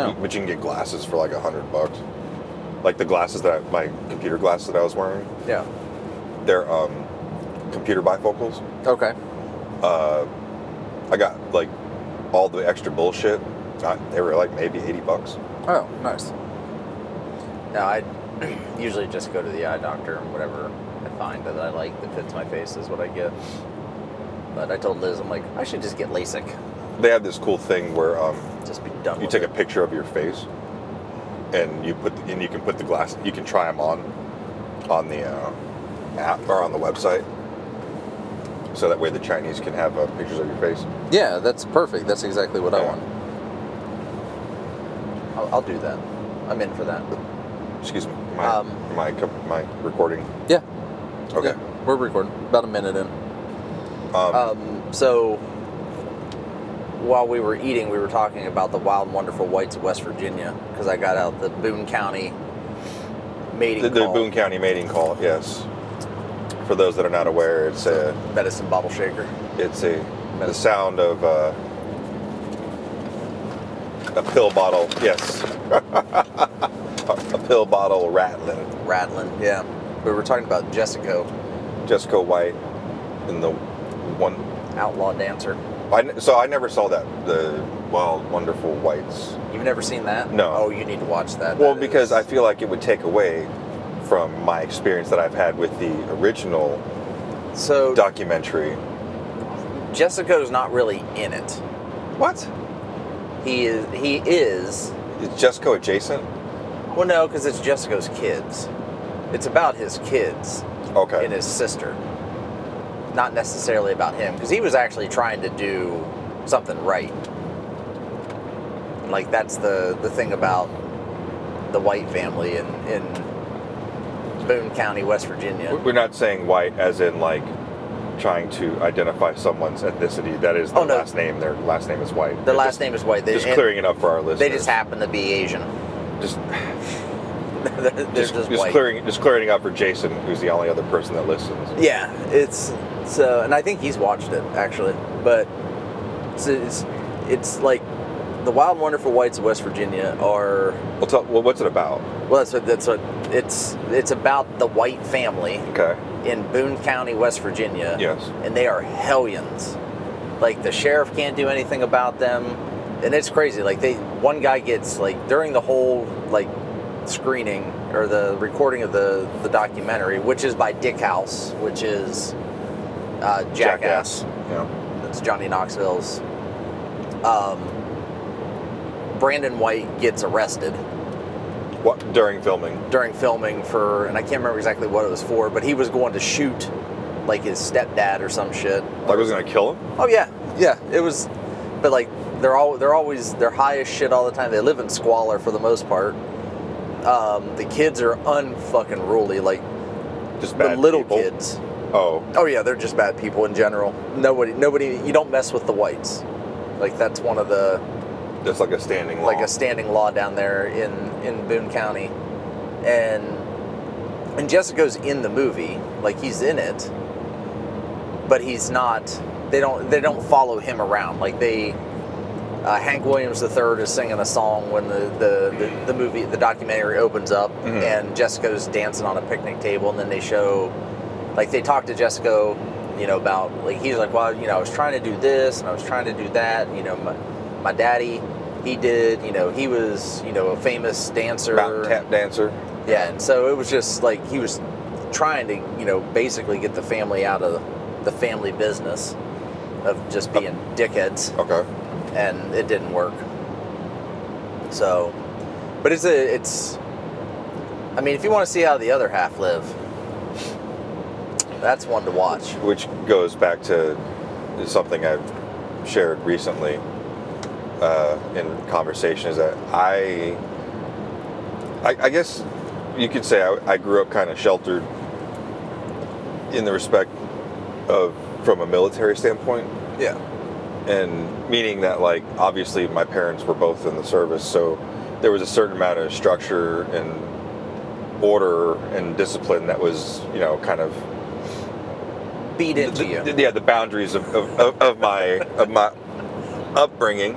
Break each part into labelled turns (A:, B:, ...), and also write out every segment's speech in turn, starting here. A: Oh.
B: but you can get glasses for like a hundred bucks. Like the glasses that my computer glasses that I was wearing,
A: Yeah.
B: they're um, computer bifocals.
A: Okay.
B: Uh, I got like all the extra bullshit. I, they were like maybe eighty bucks.
A: Oh, nice.
C: No, I usually just go to the eye doctor and whatever I find that I like that fits my face is what I get. But I told Liz, I'm like, I should just get LASIK.
B: They have this cool thing where um,
C: Just be done.
B: you
C: with
B: take a
C: it.
B: picture of your face, and you put and you can put the glass. You can try them on on the uh, app or on the website, so that way the Chinese can have uh, pictures of your face.
A: Yeah, that's perfect. That's exactly what I
B: Yeah.
A: want.
C: I'll, I'll do that. I'm in for that.
B: Excuse me, my
C: Um,
B: my co- my recording.
A: Yeah.
B: Okay.
A: Yeah, we're recording about a minute in.
B: Um,
C: Um, so while we were eating, we were talking about the wild and wonderful whites of West Virginia because I got out the Boone County mating
B: the, the
C: call,
B: Boone County mating call. Yes. For those that are not aware, it's a
C: medicine bottle shaker.
B: it's a the sound of uh, a pill bottle. Yes. a, a pill bottle rattling.
C: rattling. Yeah, we were talking about Jessica,
B: Jessica White and the one.
C: outlaw dancer.
B: I n so I never saw that the Wild Wonderful Whites.
C: You've never seen that?
B: No.
C: Oh, you need to watch that.
B: Well,
C: That is-
B: because I feel like it would take away from my experience that I've had with the original
C: so
B: documentary.
C: Jessica's not really in it.
B: What?
C: He is. He is.
B: Is Jessica adjacent?
C: Well, no, because it's Jessica's kids. It's about his kids
B: Okay.
C: and his sister, not necessarily about him, because he was actually trying to do something right. Like that's the the thing about the White family in in Boone County, West Virginia.
B: We're not saying white as in like trying to identify someone's ethnicity. That is their
C: Oh, no.
B: last name. Their last name is white.
C: Their last
B: Just-
C: name is White. They,
B: Just
C: and
B: clearing it up for our listeners.
C: They just happen to be Asian.
B: Just
C: they're they're just,
B: just, just
C: white.
B: clearing just clearing up for Jason, who's the only other person that listens.
C: Yeah, it's so, and I think he's watched it actually, but it's it's, it's like the Wild and Wonderful Whites of West Virginia are.
B: Well, tell, well, what's it about?
C: Well, that's what that's what it's it's about the white family
B: Okay.
C: in Boone County, West Virginia.
B: Yes.
C: and they are hellions. Like the sheriff can't do anything about them, and it's crazy. Like they, one guy gets like during the whole like screening or the recording of the the documentary, which is by Dick House, which is uh, Jackass.
B: Yeah.
C: That's Johnny Knoxville's. Um, Brandon White gets arrested
B: What during filming?
C: during filming for, and I can't remember exactly what it was for, but he was going to shoot like his stepdad or some shit.
B: Like, was gonna kill him?
C: Oh yeah, yeah. It was, but like they're all they're always they're high as shit all the time. They live in squalor for the most part. Um, the kids are unfucking ruly. Like
B: Just
C: the
B: bad
C: little
B: people?
C: kids.
B: Oh,
C: Oh yeah, they're just bad people in general. Nobody, nobody. You don't mess with the whites. Like that's one of the
B: that's like a standing law.
C: like a standing law down there in in Boone County, and and Jessica's in the movie, like he's in it, but he's not. They don't they don't follow him around. Like they, uh, Hank Williams III is singing a song when the the, the, the movie the documentary opens up,
B: Mhm.
C: and Jessica's dancing on a picnic table, and then they show, like they talk to Jessica. You know about like he's like well you know I was trying to do this and I was trying to do that you know my, my daddy he did you know he was you know a famous dancer
B: mountain tap dancer.
C: yeah, and so it was just like he was trying to, you know, basically get the family out of the family business of just being dickheads,
B: Okay.
C: and it didn't work. So, but it's a, it's, I mean, if you want to see how the other half live, that's one to watch.
B: which goes back to something I've shared recently uh, in conversation is that I, I, I guess you could say I, I grew up kind of sheltered in the respect of from a military standpoint
A: Yeah.
B: and meaning that like obviously my parents were both in the service so there was a certain amount of structure and order and discipline that was you know kind of
C: Beat into
B: the-
C: you.
B: the- yeah, the boundaries of, of, of, of my of my upbringing,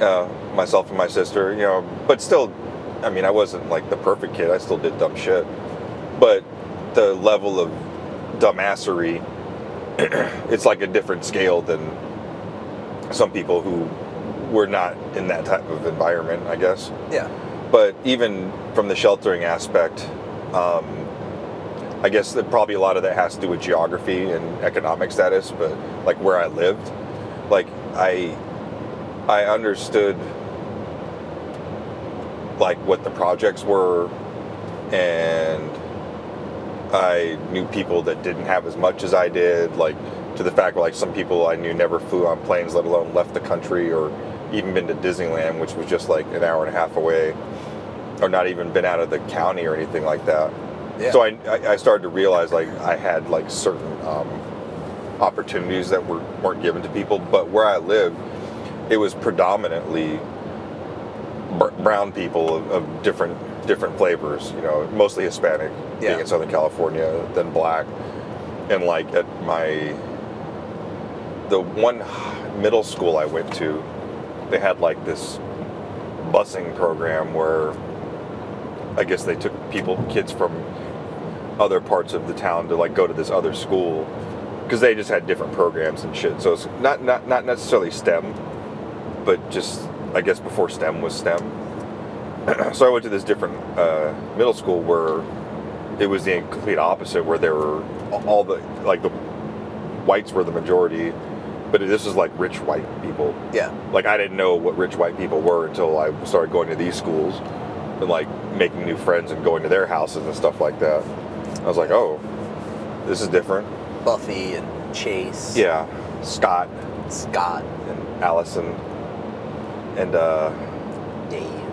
B: uh, myself and my sister, you know, but still, I mean, I wasn't like the perfect kid. I still did dumb shit, but the level of dumbassery, it's like a different scale than some people who were not in that type of environment, I guess.
C: Yeah.
B: But even from the sheltering aspect, um, I guess that probably a lot of that has to do with geography and economic status, but like where I lived, like I, I understood like what the projects were, and I knew people that didn't have as much as I did, like to the fact like some people I knew never flew on planes, let alone left the country or even been to Disneyland, which was just like an hour and a half away, or not even been out of the county or anything like that.
C: Yeah.
B: So I, I I started to realize like I had like certain um, opportunities that were weren't given to people, but where I lived, it was predominantly br- brown people of, of different different flavors. You know, mostly Hispanic,
C: Yeah.
B: being in Southern California, then black, and like at my the one middle school I went to, they had like this busing program where I guess they took people, kids from other parts of the town to like go to this other school because they just had different programs and shit. So it's not not not necessarily STEM, but just I guess before STEM was STEM. so I went to this different uh, middle school where it was the complete opposite, where there were all the like the whites were the majority, but this was like rich white people
C: Yeah.
B: like I didn't know what rich white people were until I started going to these schools and like making new friends and going to their houses and stuff like that. I was like, oh, this is different.
C: Buffy and Chase.
B: Yeah, Scott
C: Scott.
B: and Allison and uh,
C: Dave.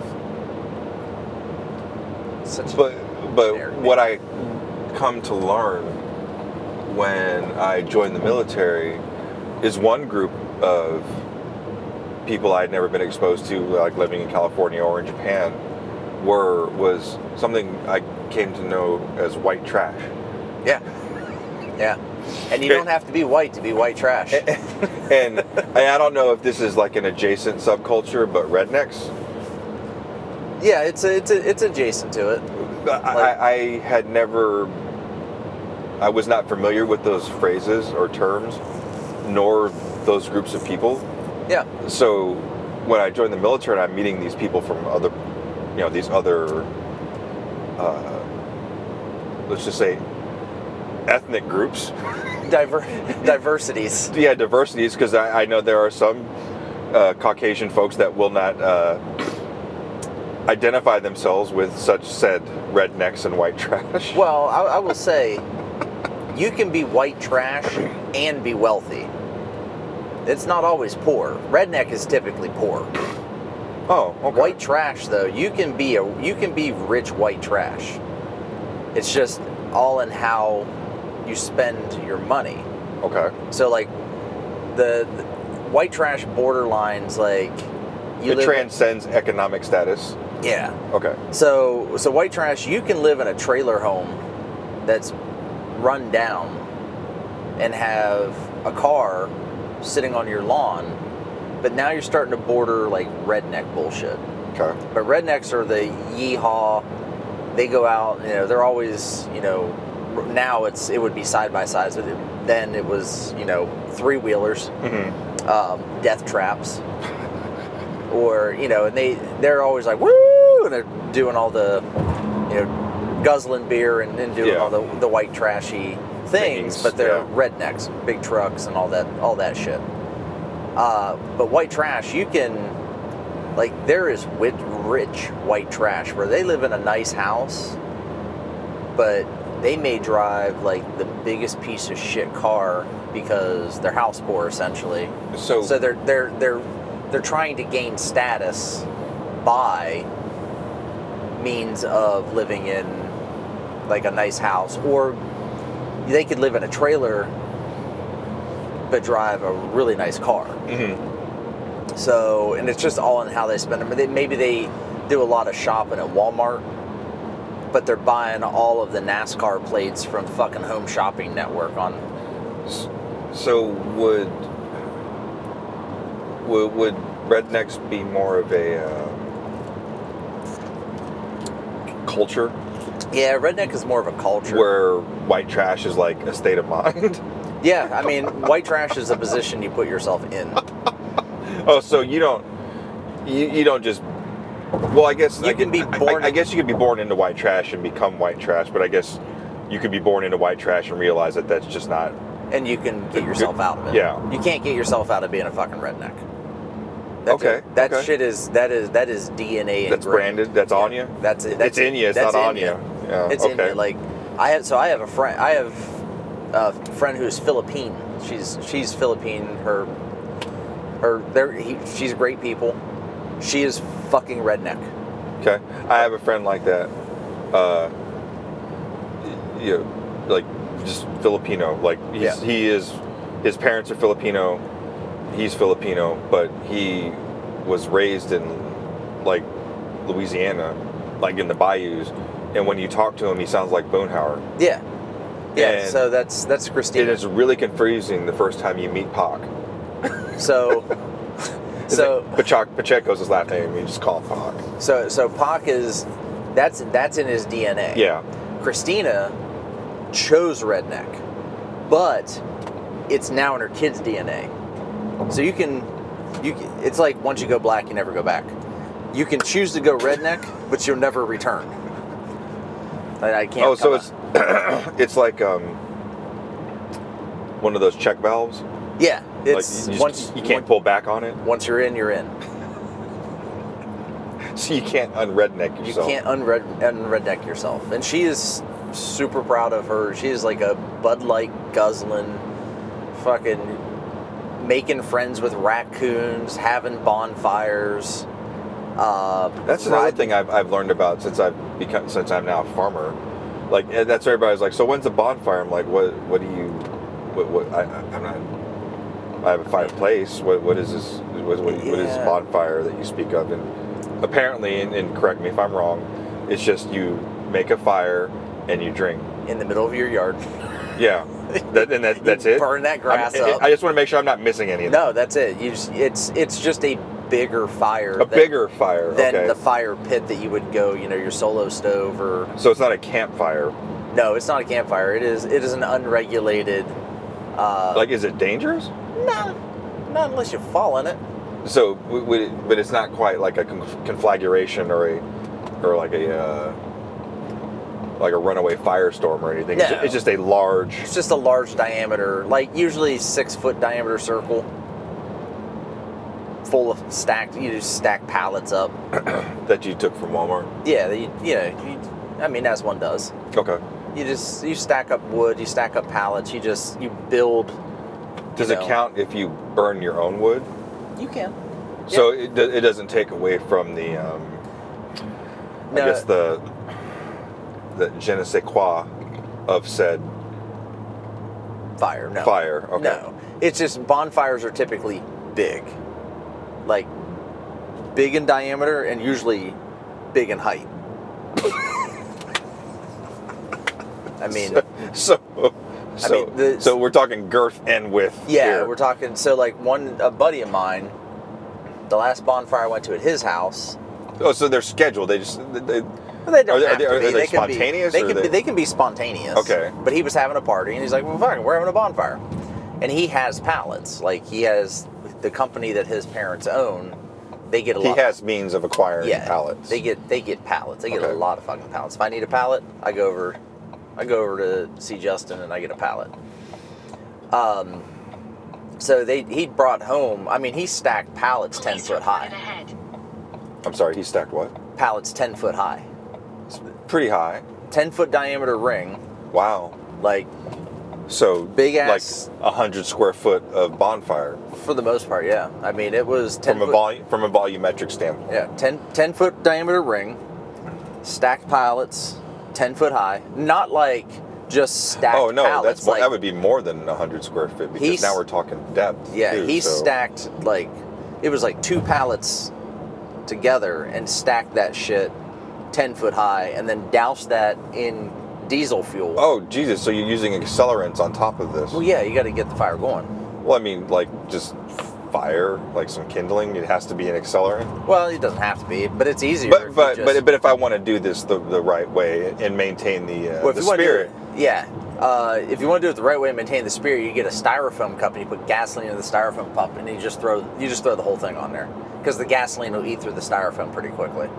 C: Such
B: but
C: There.
B: but what I come to learn when I joined the military is one group of people I had never been exposed to, like living in California or in Japan, were was something I came to know as white trash.
C: yeah. Yeah. And you don't have to be white to be white trash.
B: and I I don't know if this is like an adjacent subculture, but rednecks.
C: yeah, it's a, it's a, it's adjacent to it.
B: I, I, I had never, I was not familiar with those phrases or terms, nor those groups of people.
C: Yeah.
B: So when I joined the military and I'm meeting these people from other, you know, these other, uh, let's just say, ethnic groups.
C: Diver- diversities.
B: Yeah, diversities, because I, I know there are some uh, Caucasian folks that will not uh, identify themselves with such said rednecks and white trash.
C: Well, I, I will say, you can be white trash and be wealthy. It's not always poor. Redneck is typically poor.
B: Oh, okay.
C: White trash, though, you can be a you can be rich white trash. It's just all in how you spend your money.
B: Okay.
C: So, like the, the white trash borderlines, like you
B: it
C: live.
B: transcends economic status.
C: yeah.
B: Okay.
C: So, so white trash, you can live in a trailer home that's run down and have a car sitting on your lawn, but now you're starting to border like redneck bullshit.
B: Okay.
C: But rednecks are the yeehaw. They go out, you know, they're always, you know, now it's it would be side by sides with it. Then it was, you know, three wheelers
B: Mm-hmm.
C: um, death traps, or you know, and they they're always like woo, and they're doing all the you know guzzling beer and, and doing
B: Yeah.
C: all the, the white trashy things,
B: Things,
C: but they're
B: yeah.
C: rednecks, big trucks, and all that all that shit. Uh, but white trash, you can like there is wit- rich white trash where they live in a nice house, but they may drive like the biggest piece of shit car because they're house poor essentially
B: So,
C: so they're they're they're they're trying to gain status by means of living in like a nice house, or they could live in a trailer but drive a really nice car.
B: Mhm.
C: So, and it's just all in how they spend them. They- Maybe they do a lot of shopping at Walmart, but they're buying all of the NASCAR plates from fucking Home Shopping Network on
B: so would, would would rednecks be more of a um, culture
C: Yeah, redneck is more of a culture.
B: where white trash is like a state of mind?
C: yeah, I mean, white trash is a position you put yourself in.
B: oh, so you don't you, you don't just well, I guess
C: You
B: I
C: can
B: gue-
C: be born
B: I, I
C: in-
B: guess you could be born into white trash and become white trash, but I guess you could be born into white trash and realize that that's just not
C: and you can get yourself out of it.
B: Yeah.
C: You can't get yourself out of being a fucking redneck. That's
B: Okay,
C: it. That
B: okay.
C: shit is that is that is DNA.
B: that's
C: ingrained.
B: branded, that's on you.
C: That's it. That's
B: it's in you, it's
C: that's
B: not on
C: in
B: you. Yeah,
C: It's in
B: okay.
C: you. Like I have so I have a friend I have a friend who's Philippine. She's she's Philippine. Her her there he, she's great people. She is fucking redneck.
B: Okay, I have a friend like that. Uh, you know, like just Filipino. Like he's,
C: Yeah.
B: he is, his parents are Filipino. He's Filipino, but he was raised in like Louisiana, like in the bayous. And when you talk to him, he sounds like Boonhauer.
C: Yeah. Yeah,
B: And
C: so that's that's
B: It
C: Christina.
B: is really confusing the first time you meet Pac.
C: So so
B: Pachac, Pacheco's his last name. You just call him Pac.
C: So so Pac is that's that's in his DNA.
B: Yeah.
C: Christina chose redneck, but it's now in her kids' DNA. So you can you can- it's like once you go black, you never go back. You can choose to go redneck, but you'll never return. I, I can't.
B: oh, so
C: come
B: it's it's like um, one of those check valves.
C: out. yeah.
B: like
C: It's
B: you, just-
C: once
B: you can't pull back on it,
C: Once you're in, you're in.
B: so you can't unredneck
C: You
B: yourself.
C: can't unred unredneck yourself. And she is super proud of her. She is like a Bud Light guzzling, fucking making friends with raccoons, having bonfires. Uh,
B: That's another
C: ride-
B: thing I've, I've learned about since I've become since I'm now a farmer. Like eh, that's where everybody's like, so when's the bonfire? I'm like, what? What do you? What? what I, I- I'm not. I have a fireplace. What? What is this? What, what, what is this
C: Yeah.
B: bonfire that you speak of? And apparently, and, and correct me if I'm wrong, it's just you make a fire and you drink.
C: in the middle of your yard.
B: Yeah, that, and that,
C: You
B: that's it.
C: Burn that
B: I'm-
C: grass
B: I-
C: up.
B: I just want to make sure I'm not missing anything.
C: no, that's it. You just, it's it's just a bigger fire.
B: a bigger fire.
C: than
B: Okay.
C: the fire pit that you would go. You know, your solo stove or
B: so it's not a campfire.
C: no, it's not a campfire. It is it is an unregulated. Uh,
B: Like, is it dangerous?
C: No, not unless you fall in it.
B: So, w- would it, but it's not quite like a con- conflagration or a or like a uh, like a runaway firestorm or anything. It's, ju-
C: No.
B: it's just a large.
C: It's just a large diameter, like usually six foot diameter circle, full of stacked. You just stack pallets up.
B: that you took from Walmart.
C: Yeah, you, you know, you, I mean as one does.
B: Okay.
C: You just you stack up wood, you stack up pallets. You just you build.
B: Does
C: you
B: it
C: know.
B: count if you burn your own wood?
C: You can.
B: So it, do- it doesn't take away from the um, I guess the the je ne sais quoi of said
C: fire. No.
B: fire. Okay.
C: No, it's just bonfires are typically big, like big in diameter and usually big in height. I mean,
B: So, so,
C: mean, the-
B: so we're talking girth and width.
C: yeah,
B: here.
C: we're talking. So, like one a buddy of mine, the last bonfire I went to at his house.
B: Oh, so they're scheduled. They just they, they-
C: well, They don't
B: Are they-
C: have
B: are they-
C: to
B: are
C: be.
B: they
C: can be-
B: spontaneous
C: They
B: or
C: can
B: they-
C: be, they can be spontaneous.
B: Okay.
C: But he was having a party, and he's like, "Well, fine, we're having a bonfire," and he has pallets. Like he has the company that his parents own. They get a
B: he
C: lot.
B: has means of acquiring
C: yeah,
B: pallets.
C: They get they get pallets. They get
B: Okay.
C: a lot of fucking pallets. If I need a pallet, I go over, I go over to see Justin and I get a pallet. Um, so they he brought home. I mean, he stacked pallets ten foot high.
B: I'm sorry, he stacked what?
C: Pallets ten foot high,
B: It's pretty high.
C: ten foot diameter ring,
B: Wow.
C: like
B: So
C: Big ass-
B: like a hundred square foot of bonfire
C: for the most part. Yeah, I mean it was ten
B: from a
C: foot-
B: volume from a volumetric standpoint.
C: Yeah, 10, 10 foot diameter ring, stacked pallets, ten foot high. Not like just stacked.
B: Oh no,
C: pallets,
B: that's more,
C: like,
B: that would be more than a hundred square feet because
C: He's-
B: now we're talking depth.
C: Yeah,
B: too,
C: he
B: so-
C: stacked like it was like two pallets together and stacked that shit ten foot high, and then doused that in diesel fuel.
B: Oh Jesus! So you're using accelerants on top of this?
C: Well, yeah, you got to get the fire going.
B: Well, I mean, like just fire, like some kindling, it has to be an accelerant.
C: Well, it doesn't have to be, but it's easier. if
B: But
C: you
B: but
C: just-
B: but, but if I want to do this the, the right way and maintain the uh,
C: Well, if
B: the
C: you wanna do it-
B: spirit,
C: yeah. Uh, if you want to do it the right way and maintain the spirit, you get a styrofoam cup and you put gasoline in the styrofoam cup, and you just throw you just throw the whole thing on there because the gasoline will eat through the styrofoam pretty quickly.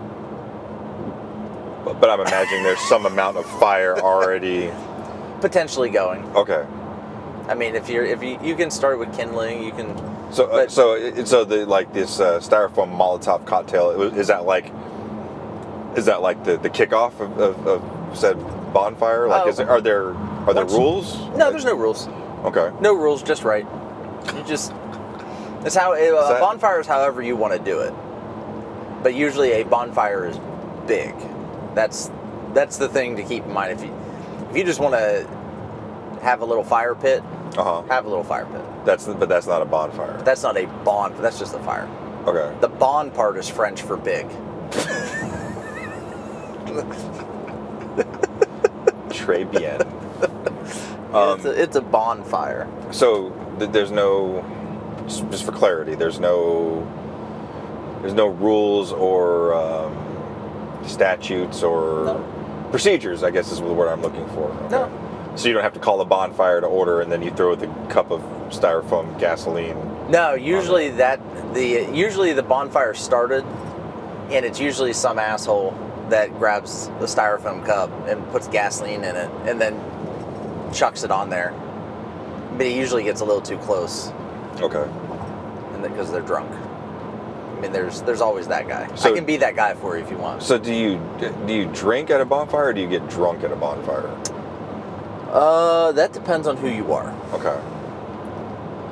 B: but, but I'm imagining there's some amount of fire already.
C: Potentially going.
B: Okay,
C: I mean, if you're if you you can start with kindling, you can.
B: so uh,
C: But-
B: so it, so the like this uh, styrofoam Molotov cocktail it was- is that like is that like the, the kickoff of, of, of said bonfire? Like,
C: Oh.
B: is there, are there are there
C: Once-
B: rules?
C: No, there's no rules.
B: Okay.
C: No rules, just right. You just it's how a
B: that-
C: bonfire is however you want to do it. But usually a bonfire is big. That's that's the thing to keep in mind if you if you just want to have a little fire pit,
B: Uh huh.
C: have a little fire pit.
B: That's but that's not a bonfire.
C: That's not a bond, that's just a fire.
B: Okay.
C: The bond part is French for big.
B: Très bien. Um,
C: it's, a, it's a bonfire.
B: So th- there's no, s- just for clarity, there's no, there's no rules or um, statutes or
C: No.
B: procedures. I guess is the word I'm looking for.
C: No.
B: Okay. So you don't have to call a bonfire to order, and then you throw the cup of styrofoam gasoline.
C: No, usually that the usually the bonfire started, and it's usually some asshole that grabs the styrofoam cup and puts gasoline in it, and then chucks it on there. But he usually gets a little too close,
B: Okay.
C: and because they're drunk. I mean, there's there's always that guy.
B: So-
C: I can be that guy for you if you want.
B: So do you do you drink at a bonfire, or do you get drunk at a bonfire?
C: Uh, that depends on who you are.
B: Okay.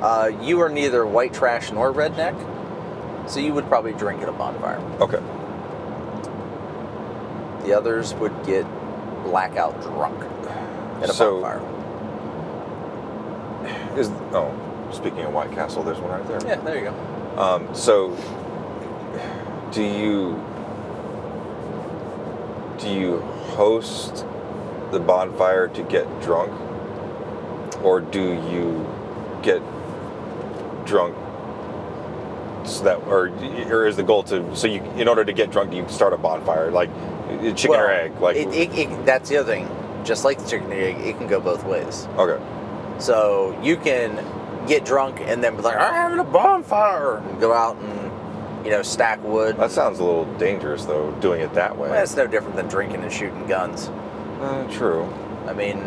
C: Uh, you are neither white trash nor redneck, so you would probably drink at a bonfire.
B: Okay.
C: The others would get blackout drunk at a
B: So-
C: bonfire.
B: Is oh, speaking of White Castle, there's one right there.
C: Yeah, there you go.
B: Um, so, do you do you host the bonfire to get drunk, or do you get drunk? So that, or or is the goal to so you in order to get drunk, do you start a bonfire like chicken or
C: Well,
B: egg? Like
C: it, it, it, that's the other thing. Just like the chicken and egg, it can go both ways.
B: okay,
C: So you can get drunk and then be like, I'm having a bonfire, and go out and you know stack wood.
B: that sounds a little dangerous though, doing it that way.
C: Well, that's no different than drinking and shooting guns.
B: Uh, true.
C: I mean,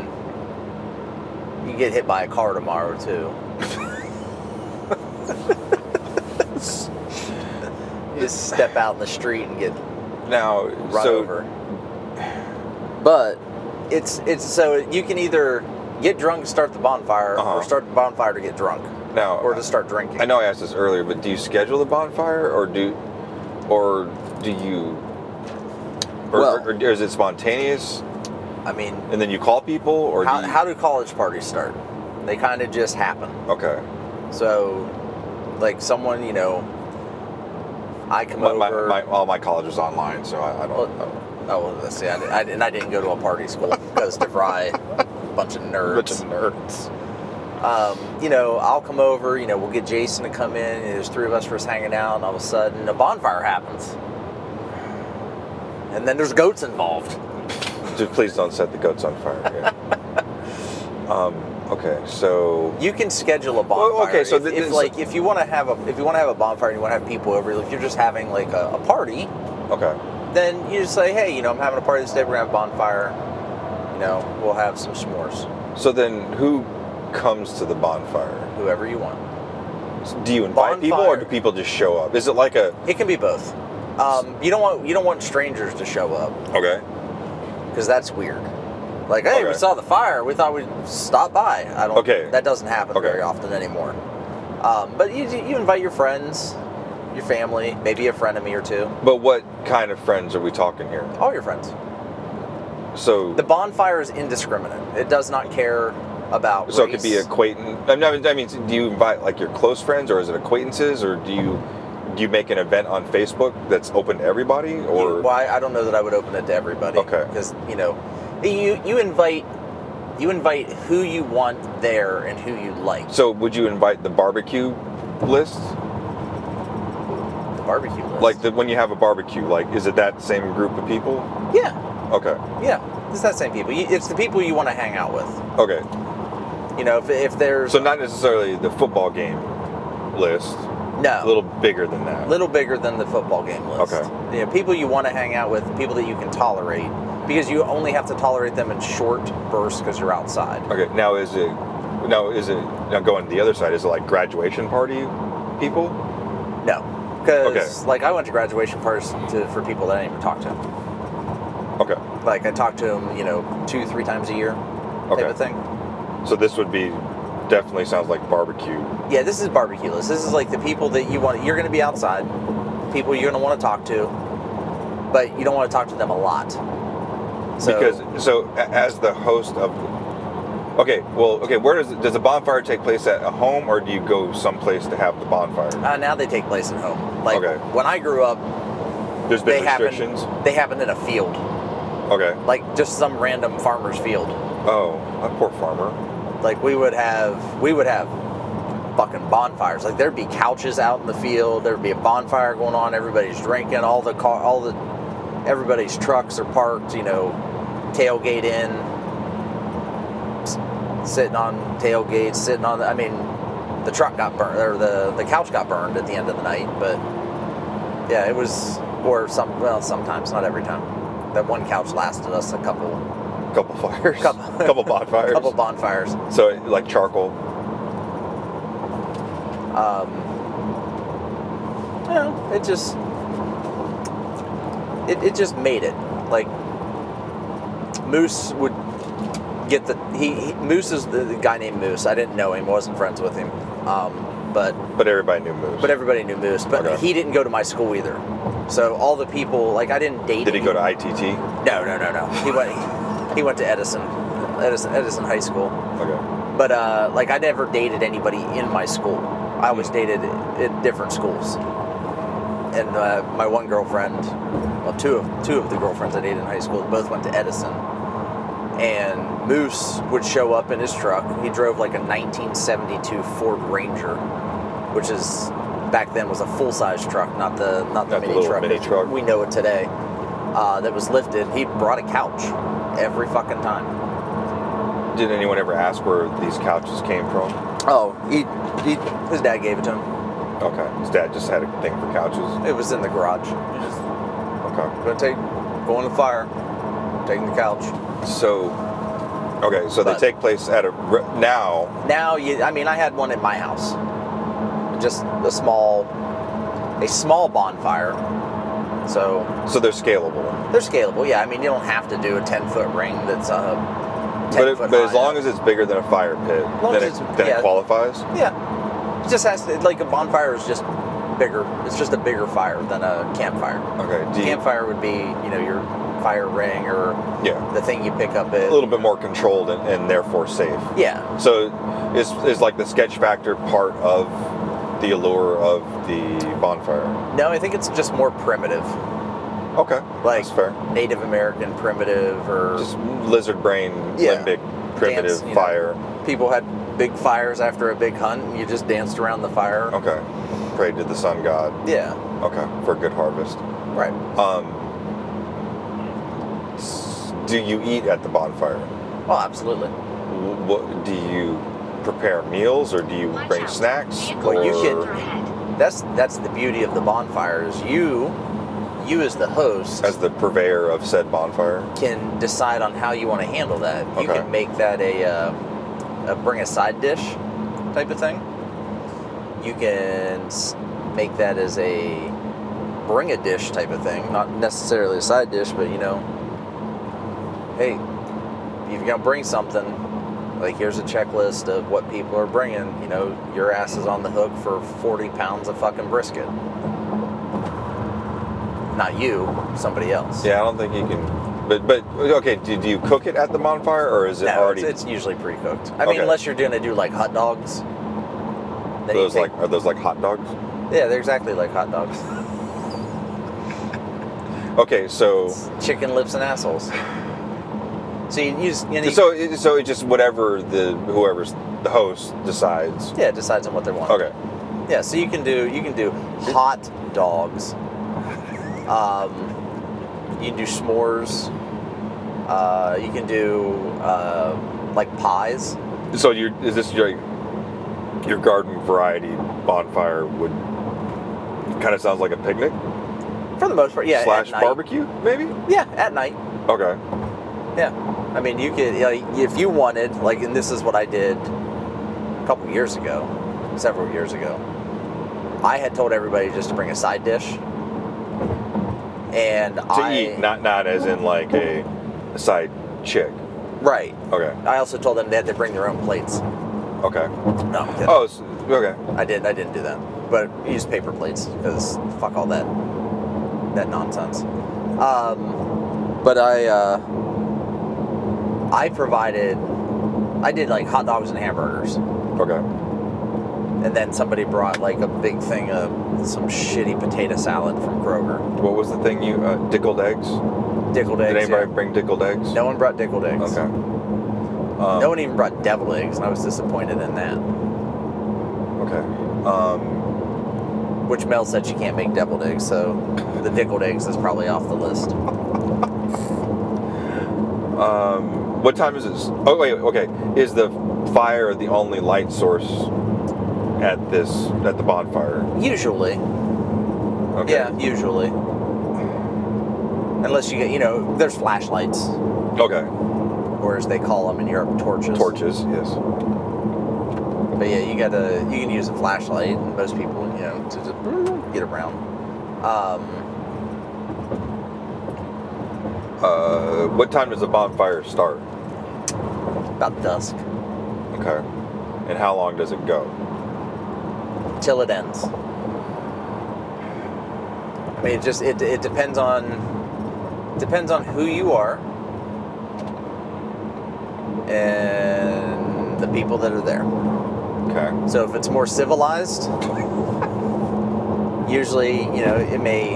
C: you get hit by a car tomorrow too. you just step out in the street and get
B: Now,
C: run
B: so
C: over. But it's it's so you can either get drunk to start the bonfire,
B: Uh-huh.
C: or start the bonfire to get drunk,
B: now
C: or to start drinking.
B: I know I asked this earlier, but do you schedule the bonfire, or do, or do you, or,
C: Well-
B: or, or is it spontaneous,
C: I mean,
B: and then you call people, or
C: how,
B: do you,
C: how do college parties start? They kind of just happen.
B: Okay,
C: So, like someone, you know, I come
B: my, my,
C: over.
B: my, all my college is online, so I, I
C: Well,
B: don't.
C: oh, well, let's see. I, did, I, did- and I didn't go to a party school because DeVry, bunch of
B: I'm a bunch of
C: nerds.
B: nerds.
C: Um, you know, I'll come over. You know, we'll get Jason to come in. And there's three of us first hanging out, and all of a sudden, a bonfire happens, and then there's goats involved.
B: Dude, please don't set the goats on fire. Yeah. um, okay, so
C: You can schedule a bonfire.
B: okay, so
C: if,
B: th-
C: if,
B: th-
C: like if you want to have a if you want to have a bonfire and you want to have people over, like if you're just having like a, a party,
B: okay,
C: then you just say, hey, you know, I'm having a party this day. We're gonna have a bonfire. You know, we'll have some s'mores.
B: so then who comes to the bonfire?
C: Whoever you want.
B: Do you invite people, or
C: Bonfire.
B: do people just show up? Is it like a
C: It can be both. Um, you don't want you don't want strangers to show up
B: okay?
C: because that's weird. Like, hey, we
B: Okay.
C: saw the fire. We thought we'd stop by. I don't.
B: Okay.
C: That doesn't happen
B: Okay.
C: very often anymore. Um, but you you invite your friends, your family, maybe a friend of me or two.
B: But what kind of friends are we talking here?
C: All your friends.
B: So
C: The bonfire is indiscriminate. It does not care about.
B: So it could be
C: race.
B: acquaintance. I mean, I mean, do you invite like your close friends, or is it acquaintances, or do you do you make an event on Facebook that's open to everybody,
C: You-
B: or
C: well, I, I don't know that I would open it to everybody.
B: Okay.
C: Because you know, you you invite you invite who you want there and who you like.
B: so? Would you invite the barbecue list?
C: barbecue list.
B: Like the, when you have a barbecue, like is it that same group of people?
C: yeah,
B: Okay,
C: yeah, it's that same people. You- It's the people you want to hang out with.
B: okay.
C: You know, if, if there's
B: So not necessarily the football game list.
C: no
B: A little bigger than that.
C: little bigger than the football game list.
B: Okay.
C: You know, people you want to hang out with, people that you can tolerate, because you only have to tolerate them in short bursts because you're outside.
B: Okay. Now is it? Now is it? Now going to the other side, is it like graduation party people?
C: No, because
B: Okay.
C: like I went to graduation parties to, for people that I didn't even talk to.
B: Okay.
C: Like I talked to them, you know, two, three times a year, type
B: Okay.
C: of thing.
B: So this would be definitely sounds like barbecue.
C: Yeah, this is barbecue list. This is like the people that you want. You're going to be outside, people you're going to want to talk to, but you don't want to talk to them a lot. So,
B: because so a- as the host of Okay, well, okay, where does does the bonfire take place at a home or do you go someplace to have the bonfire?
C: uh, now they take place at home. Like
B: Okay.
C: when I grew up,
B: There's
C: they
B: been
C: happened.
B: restrictions.
C: They happened in a field,
B: Okay.
C: like just some random farmer's field.
B: Oh, that poor farmer.
C: Like we would have, we would have fucking bonfires. Like there'd be couches out in the field. There'd be a bonfire going on. Everybody's drinking. All the car, all the everybody's trucks are parked. You know, tailgate in, s- sitting on tailgates, sitting on. The, I mean, the truck got burned or the the couch got burned at the end of the night. But yeah, it was or some well sometimes not every time. That one couch lasted us a couple
B: Couple fires.
C: Couple-
B: couple bonfires.
C: couple bonfires.
B: so like charcoal.
C: um, you know, it just it, it just made it like moose would get the he, he moose is the, the guy named moose i didn't know him wasn't friends with him um, but
B: But everybody knew moves.
C: but everybody knew moose but
B: Okay.
C: he didn't go to my school either so all the people like i didn't date
B: Did he
C: any-
B: go to ITT?
C: no no no no he went he went to edison edison edison high school
B: Okay.
C: but uh, like I never dated anybody in my school. I always
B: Mm.
C: dated at different schools. And uh, my one girlfriend, well, two of two of the girlfriends I dated in high school both went to Edison. And Moose would show up in his truck. He drove like a 1972 Ford Ranger, which is back then was a full size truck, not the not the
B: Not the
C: mini
B: little
C: truck.
B: mini
C: as
B: truck.
C: We know it today. Uh, that was lifted. He brought a couch every fucking time.
B: Did anyone ever ask where these couches came from?
C: Oh, he, he his dad gave it to him.
B: Okay. His dad just had a thing for couches.
C: It was in the garage.
B: Okay.
C: Gonna take going to the fire, taking the couch.
B: So Okay, so
C: But-
B: they take place at a re- now
C: Now you, I mean, I had one in my house, just a small, a small bonfire. So
B: so they're scalable.
C: they're scalable. Yeah, I mean, you don't have to do a ten foot ring that's a ten
B: But, it,
C: foot.
B: but as
C: high.
B: long as it's bigger than a fire pit,
C: long
B: then,
C: as
B: it,
C: it's-
B: then
C: yeah.
B: it qualifies.
C: yeah, it just has to like a bonfire is just bigger. It's just a bigger fire than a campfire.
B: Okay. Do you,
C: Campfire would be you know your fire ring or
B: yeah.
C: the thing you pick up
B: A
C: at
B: little bit more controlled and, and therefore safe.
C: yeah
B: So is, is like the sketch factor part of the allure of the bonfire.
C: No, I think it's just more primitive,
B: Okay.
C: Like-
B: that's fair.
C: Native American primitive, or
B: Just lizard brain,
C: Yeah.
B: limbic, primitive
C: you know.
B: fire.
C: people had big fires after a big hunt, and you just danced around the fire.
B: Okay. Prayed to the sun god.
C: Yeah,
B: Okay. For a good harvest.
C: right.
B: Um, s- do you eat at the bonfire?
C: Well, Oh, absolutely.
B: What do you prepare meals or do you
D: Watch
B: bring
D: out.
B: snacks?
D: Vehicle
C: Well, you
B: or-
C: can-
D: turn ahead.
C: That's that's the beauty of the bonfires. You, you as the host,
B: as the purveyor of said bonfire.
C: can decide on how you want to handle that. You
B: Okay.
C: can make that a, uh, a bring a side dish type of thing. You can s- make that as a bring a dish type of thing, not necessarily a side dish, but you know, hey, if you're gonna bring something, like here's a checklist of what people are bringing. You know, your ass is on the hook for 40 pounds of fucking brisket. Not you, somebody else.
B: Yeah, I don't think you can. But but okay, do, do you cook it at the bonfire or is it
C: no,
B: already
C: it's, it's usually pre-cooked. I
B: Okay.
C: mean, unless you're gonna do like hot dogs. Then you
B: those
C: take-
B: like are those like hot dogs?
C: yeah, they're exactly like hot dogs.
B: Okay, so
C: It's chicken lips and assholes. So you use and you,
B: so it, so it just whatever the whoever's the host decides.
C: yeah it decides on what they want.
B: Okay,
C: Yeah, so you can do you can do hot dogs. Um, you can do s'mores. Uh, you can do uh, like pies.
B: So you is this your your garden variety bonfire would kind of sounds like a picnic
C: For the most part, yeah.
B: slash
C: at night.
B: barbecue maybe?
C: Yeah, at night.
B: Okay.
C: Yeah, I mean, you could like, if you wanted, like, and this is what I did a couple years ago, several years ago. I had told everybody just to bring a side dish, and
B: To
C: I
B: eat, not not as in like a side chick.
C: right.
B: Okay.
C: I also told them they had to bring their own plates.
B: Okay.
C: No, I'm kidding.
B: Oh, it's, okay.
C: I did. I didn't do that. But use paper plates because fuck all that that nonsense. Um,
A: But I, uh,
C: I provided. I did like hot dogs and hamburgers,
B: Okay.
C: and then somebody brought like a big thing of some shitty potato salad from Kroger.
B: What was the thing you uh, dickled eggs?
C: Dickled eggs.
B: Did anybody
C: yeah.
B: bring dickled eggs?
C: No one brought dickled eggs.
B: Okay. Um,
C: No one e- even brought deviled eggs, and I was disappointed in that.
B: Okay. Um,
C: Which Mel said she can't make deviled eggs, so the dickled eggs is probably off the list.
B: um, what time is this? Oh wait. Okay. Is the fire the only light source at this at the bonfire?
C: Usually,
B: Okay.
C: Yeah, usually. Unless you get, you know, there's flashlights,
B: Okay.
C: or as they call them in Europe, torches.
B: Torches. Yes.
C: But yeah, you gotta, you can use a flashlight, and most people, you know, to just get around. Um,
B: Uh, what time does the bonfire start?
C: about dusk,
B: Okay. And how long does it go?
C: till it ends. I mean, it just, it, it depends on, depends on who you are, and the people that are there.
B: Okay.
C: So if it's more civilized, usually, you know, it may,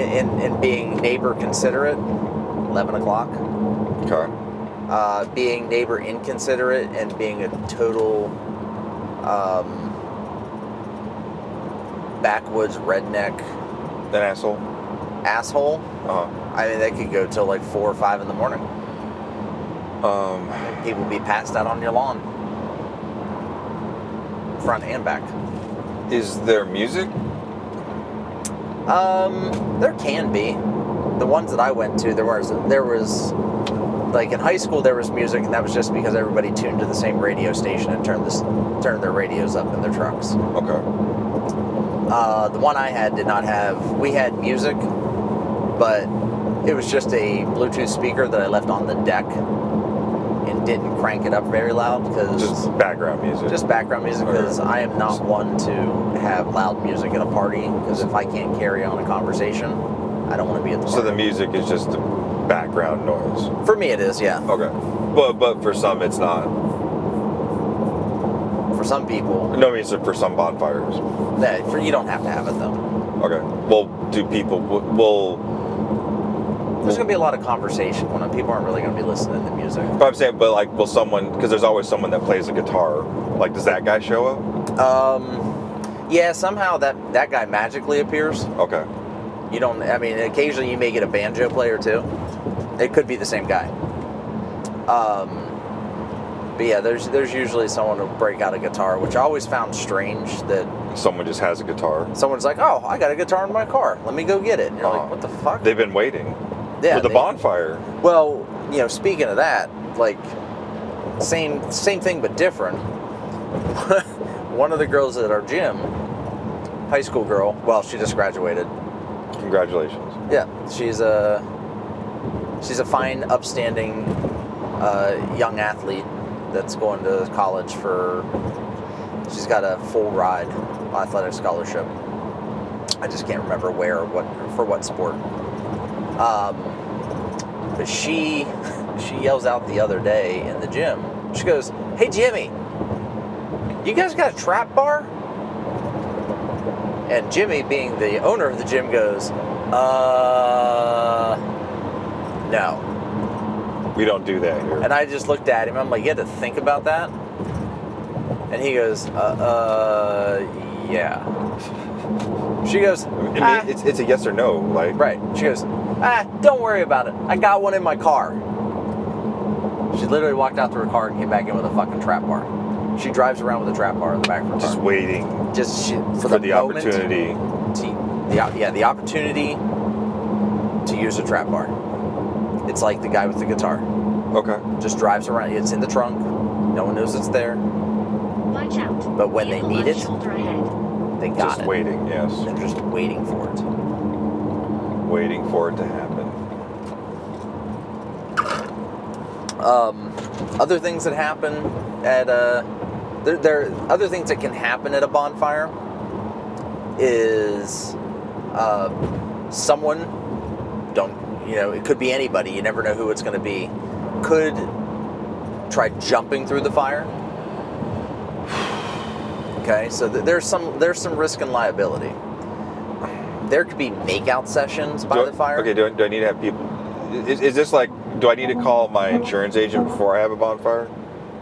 C: in, in, in being neighbor considerate, 11 o'clock,
B: Okay.
C: uh, being neighbor inconsiderate, and being a total um, backwoods redneck
B: An asshole.
C: asshole,
B: Uh
C: I mean, that could go till like 4 or 5 in the morning.
B: huh. Um,
C: And people be passed out on your lawn, front and back.
B: is there music?
C: Um, there can be. The ones that I went to, there was there was like in high school there was music, and that was just because everybody tuned to the same radio station and turned this turned their radios up in their trucks.
B: Okay.
C: Uh, the one I had did not have. We had music, but it was just a Bluetooth speaker that I left on the deck and didn't crank it up very loud because
B: Just background music.
C: just background music because I am not one to have loud music at a party because if I can't carry on a conversation, I don't want to be at the
B: so
C: party.
B: the music is just the background noise.
C: for me, it is, yeah.
B: Okay. But but for some it's not.
C: For some people,
B: No, I mean so for some bonfires.
C: that for you don't have to have it though.
B: Okay. Well, do people w- will?
C: There's going to be a lot of conversation when people aren't really going to be listening to music.
B: But I'm saying, but like, will someone? Because there's always someone that plays a guitar. Like, does that guy show up?
C: Um, yeah, somehow that that guy magically appears.
B: Okay.
C: You don't. I mean, occasionally you may get a banjo player too. It could be the same guy. Um, but yeah, there's there's usually someone to break out a guitar, which I always found strange that
B: Someone just has a guitar.
C: someone's like, "Oh, I got a guitar in my car. Let me go get it." And you're
B: Uh-huh.
C: like, "What the fuck?"
B: They've been waiting
C: Yeah,
B: for the
C: they-
B: bonfire.
C: Well, you know, speaking of that, like same same thing but different. One of the girls at our gym, high school girl. Well, she just graduated.
B: Congratulations.
C: Yeah, she's a she's a fine, upstanding uh, young athlete that's going to college for. She's got a full ride athletic scholarship. I just can't remember where or what for what sport. Um, but she she yells out the other day in the gym. She goes, "Hey Jimmy, you guys got a trap bar?" And Jimmy, being the owner of the gym, goes, uh, no.
B: We don't do that here.
C: And I just looked at him. I'm like, you had to think about that? And he goes, uh, uh yeah. She goes,
B: I mean,
C: "Ah."
B: it's, it's a yes or no. Like,
C: right. She goes, ah, don't worry about it. I got one in my car. She literally walked out to her car and came back in with a fucking trap bar. She drives around with a trap bar in the back of her
B: just
C: car.
B: waiting
C: Just she, for,
B: for,
C: the,
B: the,
C: moment
B: opportunity.
C: To, the, op- yeah, the opportunity to use a trap bar. It's like the guy with the guitar.
B: Okay.
C: Just drives around. It's in the trunk. No one knows it's there.
D: Watch out.
C: But when they
D: Vehicle
C: need
D: on
C: it,
D: Shoulder ahead.
C: They got
B: Just
C: it.
B: waiting. Yes.
C: They're just waiting for it.
B: Waiting for it to happen.
C: um, other things that happen at uh, there, there are other things that can happen at a bonfire is uh, someone don't you know it could be anybody you never know who it's going to be could try jumping through the fire okay so th- there's some there's some risk and liability there could be makeout sessions by
B: Do I-
C: the fire
B: Okay. Do I, do I need to have people? Is, is this like? Do I need to call my insurance agent before I have a bonfire?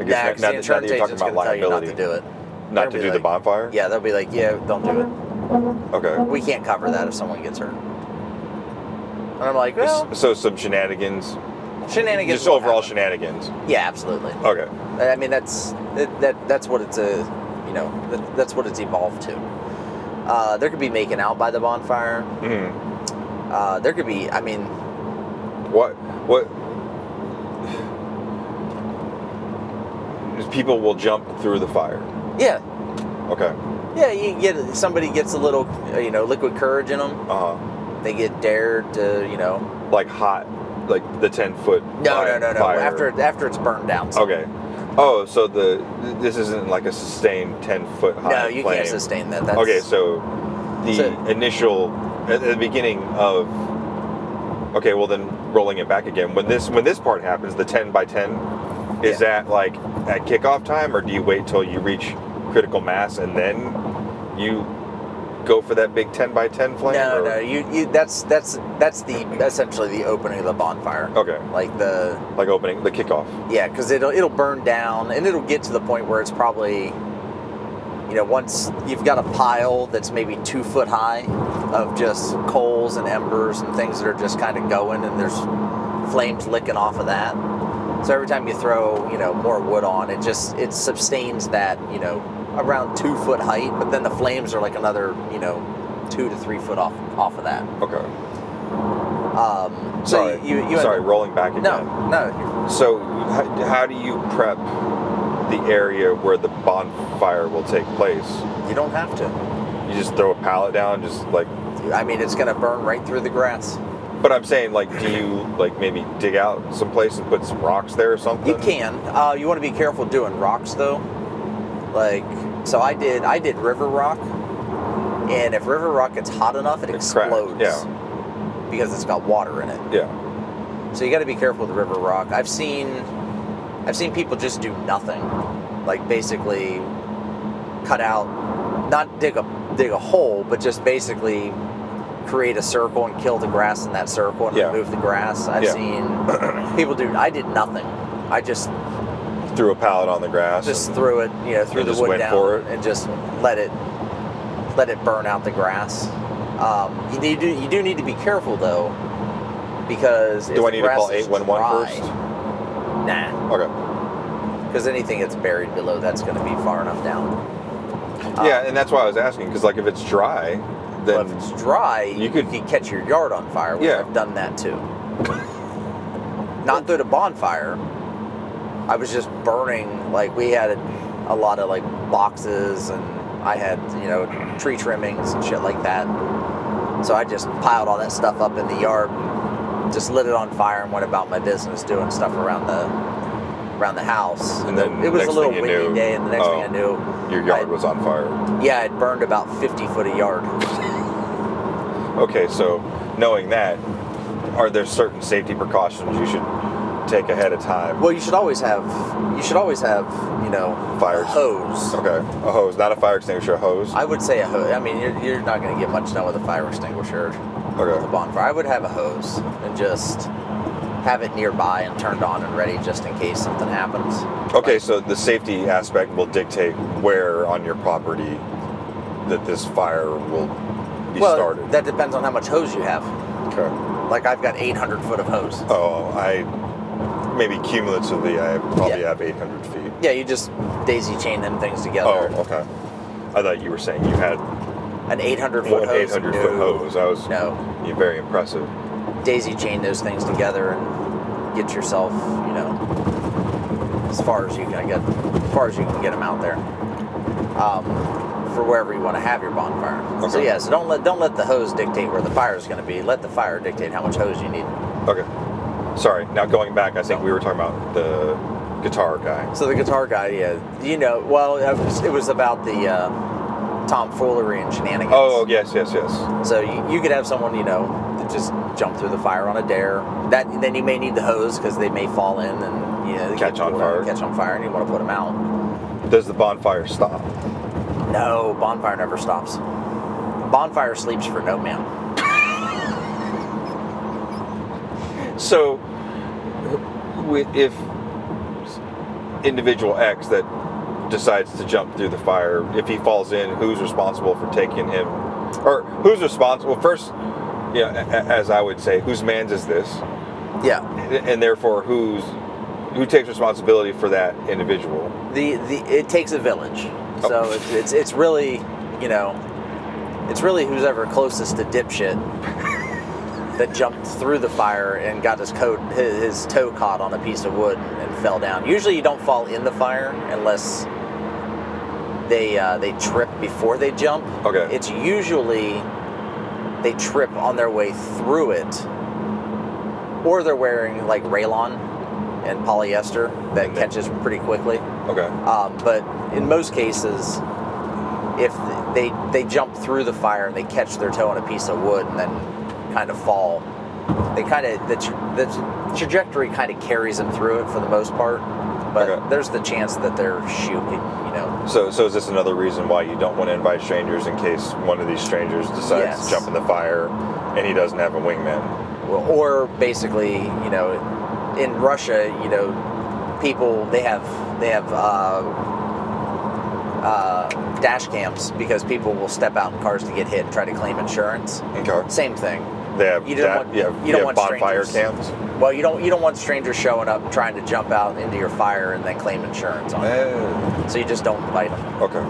B: I
C: Nah,
B: not-
C: 'cause
B: not-
C: the
B: not
C: insurance
B: that you're
C: agent's going to tell you not to do
B: Not
C: it. They're
B: to
C: gonna
B: do
C: be
B: the
C: like-
B: bonfire.
C: Yeah, they'll be like, yeah, don't do it.
B: Okay.
C: We can't cover that if someone gets hurt. And I'm like, well,
B: So some shenanigans.
C: shenanigans.
B: Just
C: will
B: overall
C: happen.
B: shenanigans.
C: Yeah, absolutely.
B: Okay.
C: I mean, that's that, that that's what it's a, you know, that, that's what it's evolved to. Uh, there could be making out by the bonfire.
B: hmm
C: Uh, there could be, I mean,
B: What? What? People will jump through the fire.
C: yeah,
B: Okay.
C: yeah. You get somebody gets a little, uh, you know, liquid courage in them.
B: Uh huh.
C: They get dared to, you know,
B: Like hot, like the ten foot.
C: no,
B: fire,
C: no, no, no.
B: fire.
C: After after it's burned down.
B: Okay. Oh, so the this isn't like a sustained ten foot high.
C: No, you
B: flame.
C: can't sustain that. That's,
B: Okay, so the
C: So-
B: initial at the beginning of. Okay, well then rolling it back again. When this when this part happens, the ten by ten, is that like at kickoff time, or do you wait till you reach critical mass and then you go for that big ten by ten flame?
C: No,
B: or-
C: no, you, you that's that's that's the essentially the opening of the bonfire.
B: Okay,
C: Like the
B: like opening the kickoff.
C: yeah, because it'll it'll burn down and it'll get to the point where it's probably you know once you've got a pile that's maybe two foot high of just coals and embers and things that are just kind of going and there's flames licking off of that. So every time you throw you know more wood on, it just it sustains that you know around two foot height, but then the flames are like another you know two to three foot off off of that.
B: Okay.
C: Um, so
B: Sorry.
C: you, you, you
B: Sorry, rolling back again.
C: No, no.
B: So, how, how do you prep the area where the bonfire will take place?
C: You don't have to.
B: You just throw a pallet down, just like.
C: I mean, it's gonna burn right through the grass.
B: But I'm saying, like, do you like maybe dig out some place and put some rocks there or something?
C: You can. Uh, you want to be careful doing rocks though. Like, so I did. I did river rock, and if river rock gets hot enough, it,
B: It cracks,
C: explodes.
B: yeah.
C: Because it's got water in it.
B: Yeah.
C: So you got to be careful with river rock. I've seen, I've seen people just do nothing, like basically cut out, not dig a dig a hole, but just basically create a circle and kill the grass in that circle and
B: Yeah.
C: remove the grass. I've
B: Yeah.
C: seen people do. I did nothing. I just
B: Threw a pallet on the grass.
C: just
B: and-
C: threw it, you know, threw
B: And
C: the
B: just
C: wood
B: went
C: down
B: for it?
C: and just let it let it burn out the grass. Um, you need to, you do need to be careful though, because if
B: do I
C: the
B: need to call
C: grass is
B: 811
C: dry- Um,
B: first?
C: Nah,
B: Okay.
C: because anything that's buried below that's going to be far enough down.
B: yeah, and that's why I was asking because, like, if it's dry,
C: But
B: then
C: if it's dry, you
B: you
C: could,
B: could-
C: catch your yard on fire. which
B: Yeah.
C: I've done that too. Not through the bonfire. I was just burning. Like we had a, a lot of like boxes, and I had you know tree trimmings and shit like that. So I just piled all that stuff up in the yard, just lit it on fire, and went about my business doing stuff around the around the house.
B: And then
C: it was a
B: next
C: little
B: thing you
C: windy
B: knew-
C: day, and the next thing
B: oh.
C: I knew,
B: your yard
C: I-
B: was on fire.
C: yeah, it burned about 50 foot a yard.
B: Okay, so knowing that, are there certain safety precautions you should take ahead of time?
C: Well, you should always have, you should always have, you know,
B: Fire
C: a hose.
B: Okay, a hose, not a fire extinguisher, a hose.
C: I would say a hose. I mean, you're, you're not going to get much done with a fire extinguisher with a
B: okay,
C: bonfire. I would have a hose and just have it nearby and turned on and ready just in case something happens.
B: Okay,
C: Like,
B: so the safety aspect will dictate where on your property that this fire will be
C: well,
B: started.
C: that depends on how much hose you have.
B: okay.
C: Like I've got 800 foot of hose.
B: Oh, I maybe cumulatively, I probably
C: Yeah.
B: have 800 feet.
C: Yeah, you just daisy chain them things
B: Oh,
C: together.
B: okay. I thought you were saying you had
C: An 800 foot
B: one
C: hose.
B: 800
C: no,
B: foot hose. I was
C: No,
B: you're very impressive.
C: daisy chain those things together and get yourself, you know, as far as you can get, as far as you can get them out there um, for wherever you want to have your bonfire. So
B: Okay.
C: yeah, so don't let don't let the hose dictate where the fire is going to be. Let the fire dictate how much hose you need.
B: Okay. Sorry. Now going back, I think we were talking about the guitar guy.
C: So the guitar guy, yeah, you know, well, it was, it was about the uh, tomfoolery and shenanigans.
B: Oh, yes, yes, yes.
C: So you, you could have someone, you know, that just jump through the fire on a dare. That then you may need the hose because they may fall in and you know they
B: Catch
C: get
B: on fire.
C: bored, Catch on fire, and you want to put them out.
B: Does the bonfire stop?
C: No, bonfire never stops. Bonfire sleeps for no man.
B: So, wi- if individual X that decides to jump through the fire, if he falls in, who's responsible for taking him? Or who's responsible? First, you know, a- a- as I would say, whose man's is this?
C: Yeah,
B: And therefore, who's who takes responsibility for that individual?
C: the the it takes a village. So
B: Oh.
C: it's, it's it's really you know, it's really who's ever closest to dipshit that jumped through the fire and got his coat his, his toe caught on a piece of wood and fell down. Usually, you don't fall in the fire unless they uh, they trip before they jump.
B: Okay.
C: It's usually they trip on their way through it, or they're wearing like raylon and polyester that
B: And then-
C: catches pretty quickly.
B: Okay.
C: Um, but in most cases, if they they jump through the fire and they catch their toe on a piece of wood and then kind of fall, they kind of the, tra- the tra- trajectory kind of carries them through it for the most part. But
B: Okay.
C: there's the chance that they're shooting, you know.
B: So, so is this another reason why you don't want to invite strangers in case one of these strangers decides
C: Yes.
B: to jump in the fire and he doesn't have a wingman?
C: or basically, you know, in Russia, you know, people they have they have uh, uh, dash cams because people will step out in cars to get hit and try to claim insurance.
B: Okay.
C: Same thing.
B: They have
C: You don't
B: that-
C: want-
B: you have,
C: you
B: you
C: don't
B: have
C: want
B: bonfire
C: strangers.
B: camps.
C: Well, you don't you don't want strangers showing up trying to jump out into your fire and then claim insurance on it.
B: Eh,
C: So you just don't invite them.
B: okay.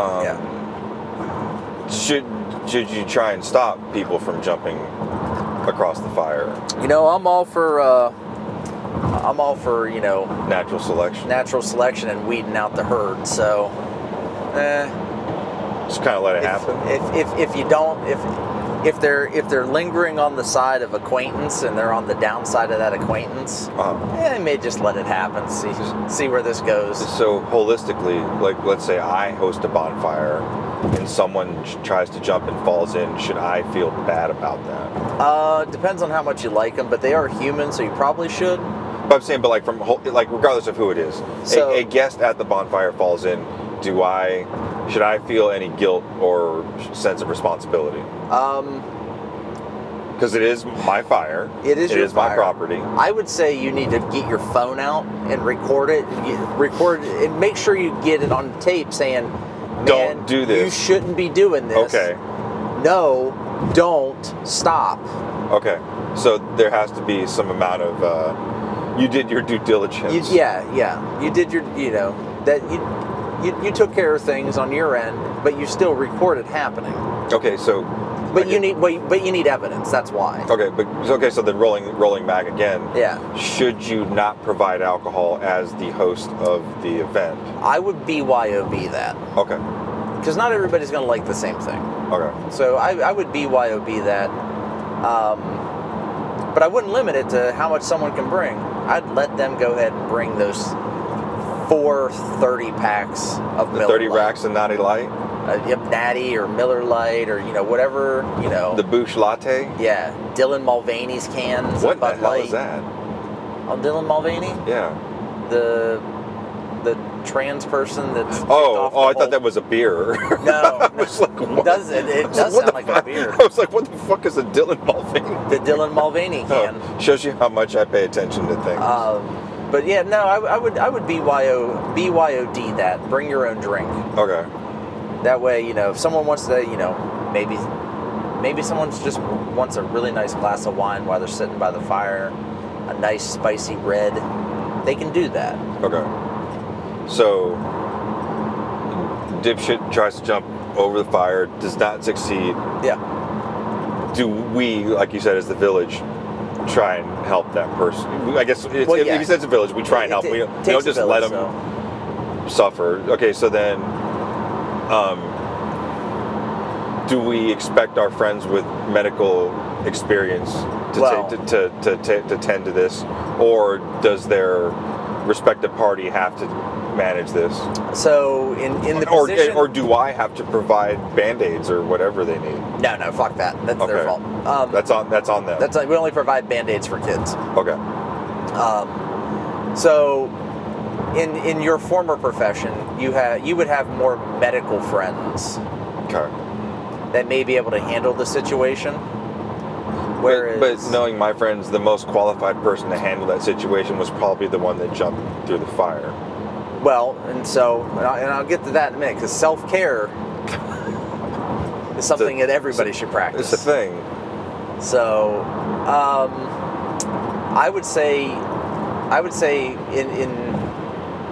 B: Um, Should should you try and stop people from jumping across the fire?
C: You know, I'm all for uh, I'm all for you know
B: Natural selection.
C: natural selection and weeding out the herd. So, eh,
B: Just kind of let it
C: if,
B: happen.
C: if, if if you don't if if they're if they're lingering on the side of acquaintance and they're on the downside of that acquaintance,
B: Uh,
C: eh, I may just let it happen. See see where this goes.
B: So holistically, like let's say I host a bonfire and someone j- tries to jump and falls in, should I feel bad about that?
C: Uh, depends on how much you like them, but they are human, so you probably should.
B: But I'm saying, but like from whole, like regardless of who it is,
C: So-
B: a, a guest at the bonfire falls in. Do I should I feel any guilt or sh- sense of responsibility?
C: Um,
B: Because it is my fire.
C: It is
B: It
C: your
B: is my
C: fire.
B: property.
C: I would say you need to get your phone out and record it. You- Record it and make sure you get it on tape saying, Man,
B: Don't do
C: You
B: this."
C: shouldn't be doing this.
B: Okay.
C: No, don't stop.
B: Okay. So there has to be some amount of uh, you did your due diligence.
C: You, yeah, yeah. You did your, you know, that you, you you took care of things on your end, but you still record it happening.
B: Okay. So. I
C: But you
B: get-
C: need, but, but you need evidence. That's why.
B: Okay, but okay. So then, rolling rolling back again.
C: Yeah.
B: Should you not provide alcohol as the host of the event?
C: I would BYOB that
B: Okay.
C: because not everybody's going to like the same thing.
B: Okay.
C: So I, I would BYOB that. Um, but I wouldn't limit it to how much someone can bring. I'd let them go ahead and bring those four 30 packs of
B: The
C: Miller
B: thirty
C: Lite.
B: racks and naughty light.
C: Uh, yep, Natty or Miller Lite or, you know, whatever, you know.
B: The Boosh latte.
C: yeah, Dylan Mulvaney's cans.
B: what
C: of
B: the
C: Bud
B: hell
C: Light.
B: is that?
C: Oh, Dylan Mulvaney?
B: Yeah.
C: The, the trans person that's kicked
B: Oh,
C: off the
B: oh, I
C: whole-
B: thought that was a beer.
C: No,
B: I was like,
C: it
B: what?
C: does- it- it
B: I was
C: does
B: what
C: sound
B: the
C: like a
B: fuck?
C: beer.
B: I was like, what the fuck is a Dylan Mulvaney?
C: the Dylan Mulvaney can.
B: Oh, shows you how much I pay attention to things.
C: Um, but yeah, no, I, I would I would BYO, BYOD that. Bring your own drink.
B: okay.
C: That way, you know, if someone wants to, you know, maybe maybe someone's just wants a really nice glass of wine while they're sitting by the fire, a nice spicy red. They can do that.
B: Okay. So, dipshit tries to jump over the fire, does not succeed.
C: Yeah.
B: Do we, like you said, as the village, try and help that person? I guess it's,
C: Well,
B: if,
C: yeah.
B: if you said it's a village, we try and help.
C: It-
B: we
C: it
B: don't, we
C: takes
B: don't
C: a
B: just let
C: village,
B: them suffer. Okay, so then, um, do we expect our friends with medical experience to,
C: Well-
B: take, to, to, to, to, to tend to this, or does their respective party have to manage this?
C: So, so in, in the
B: or, eh,
C: position,
B: or do I have to provide band-aids or whatever they need?
C: no, no, fuck that. That's
B: Okay.
C: their fault. Um,
B: That's on that's on them.
C: that's like we only provide band aids for kids.
B: okay.
C: Um, so, in in your former profession, you have you would have more medical friends
B: Okay.
C: that may be able to handle the situation.
B: But,
C: Whereas,
B: but knowing my friends, the most qualified person to handle that situation was probably the one that jumped through the fire.
C: well, and so, and, I, and I'll get to that in a minute because self care is something that everybody should practice.
B: It's the thing.
C: So, um, I would say, I would say, in in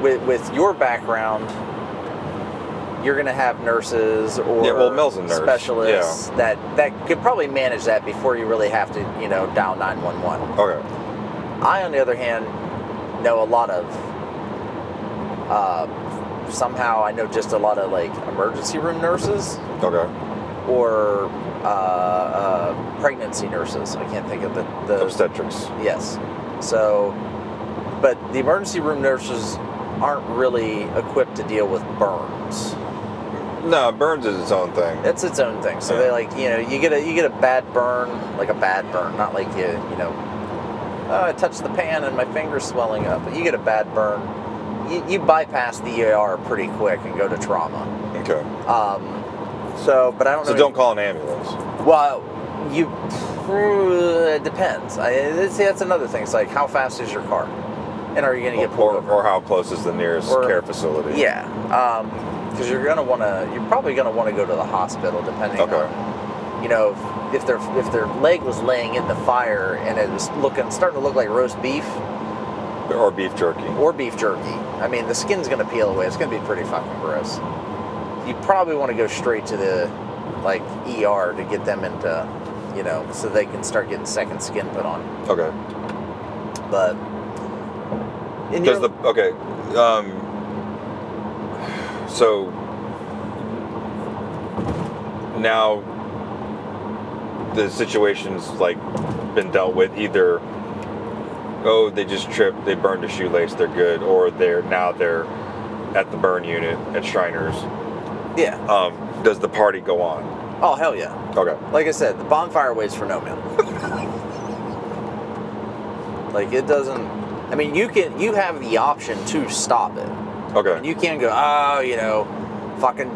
C: with, with your background, you're going to have nurses or
B: Yeah, well, Mel's a nurse,
C: specialists that that could probably manage that before you really have to, you know, dial nine one one.
B: Okay.
C: I, on the other hand, know a lot of. Uh, somehow, I know just a lot of like emergency room nurses
B: Okay.
C: or uh, uh, pregnancy nurses. I can't think of the, the
B: Obstetrics.
C: yes. So, but the emergency room nurses aren't really equipped to deal with burns.
B: No, burns is its own thing.
C: It's its own thing. So they like you know you get a you get a bad burn like a bad burn, not like you you know oh, I touched the pan and my finger's swelling up. But you get a bad burn, you, you bypass the ER pretty quick and go to trauma.
B: Okay.
C: Um, so, but I don't know.
B: So don't call an ambulance.
C: Well, you. It depends. I, see, that's another thing. It's like, how fast is your car? And are you going to get pulled
B: Or,
C: over?
B: or how close is the nearest
C: Or-
B: care facility?
C: yeah. Because you're going to want to, you're probably going to want to go to the hospital depending
B: Okay.
C: on, you know, if their if their leg was laying in the fire and it was looking starting to look like roast beef
B: Or beef jerky.
C: or beef jerky. I mean, the skin's going to peel away. It's going to be pretty fucking gross. You probably want to go straight to the like ER to get them into, you know, so they can start getting second skin put on.
B: Okay.
C: but in
B: Does the
C: your-
B: okay? Um, so now the situation's like been dealt with either. Oh, they just tripped. They burned a shoelace. They're good, or they're now they're at the burn unit at Shriners.
C: yeah
B: Um, does the party go on?
C: oh hell yeah
B: Okay.
C: like I said the bonfire waits for no man like it doesn't I mean you can you have the option to stop it and
B: Okay.
C: you can go oh you know fucking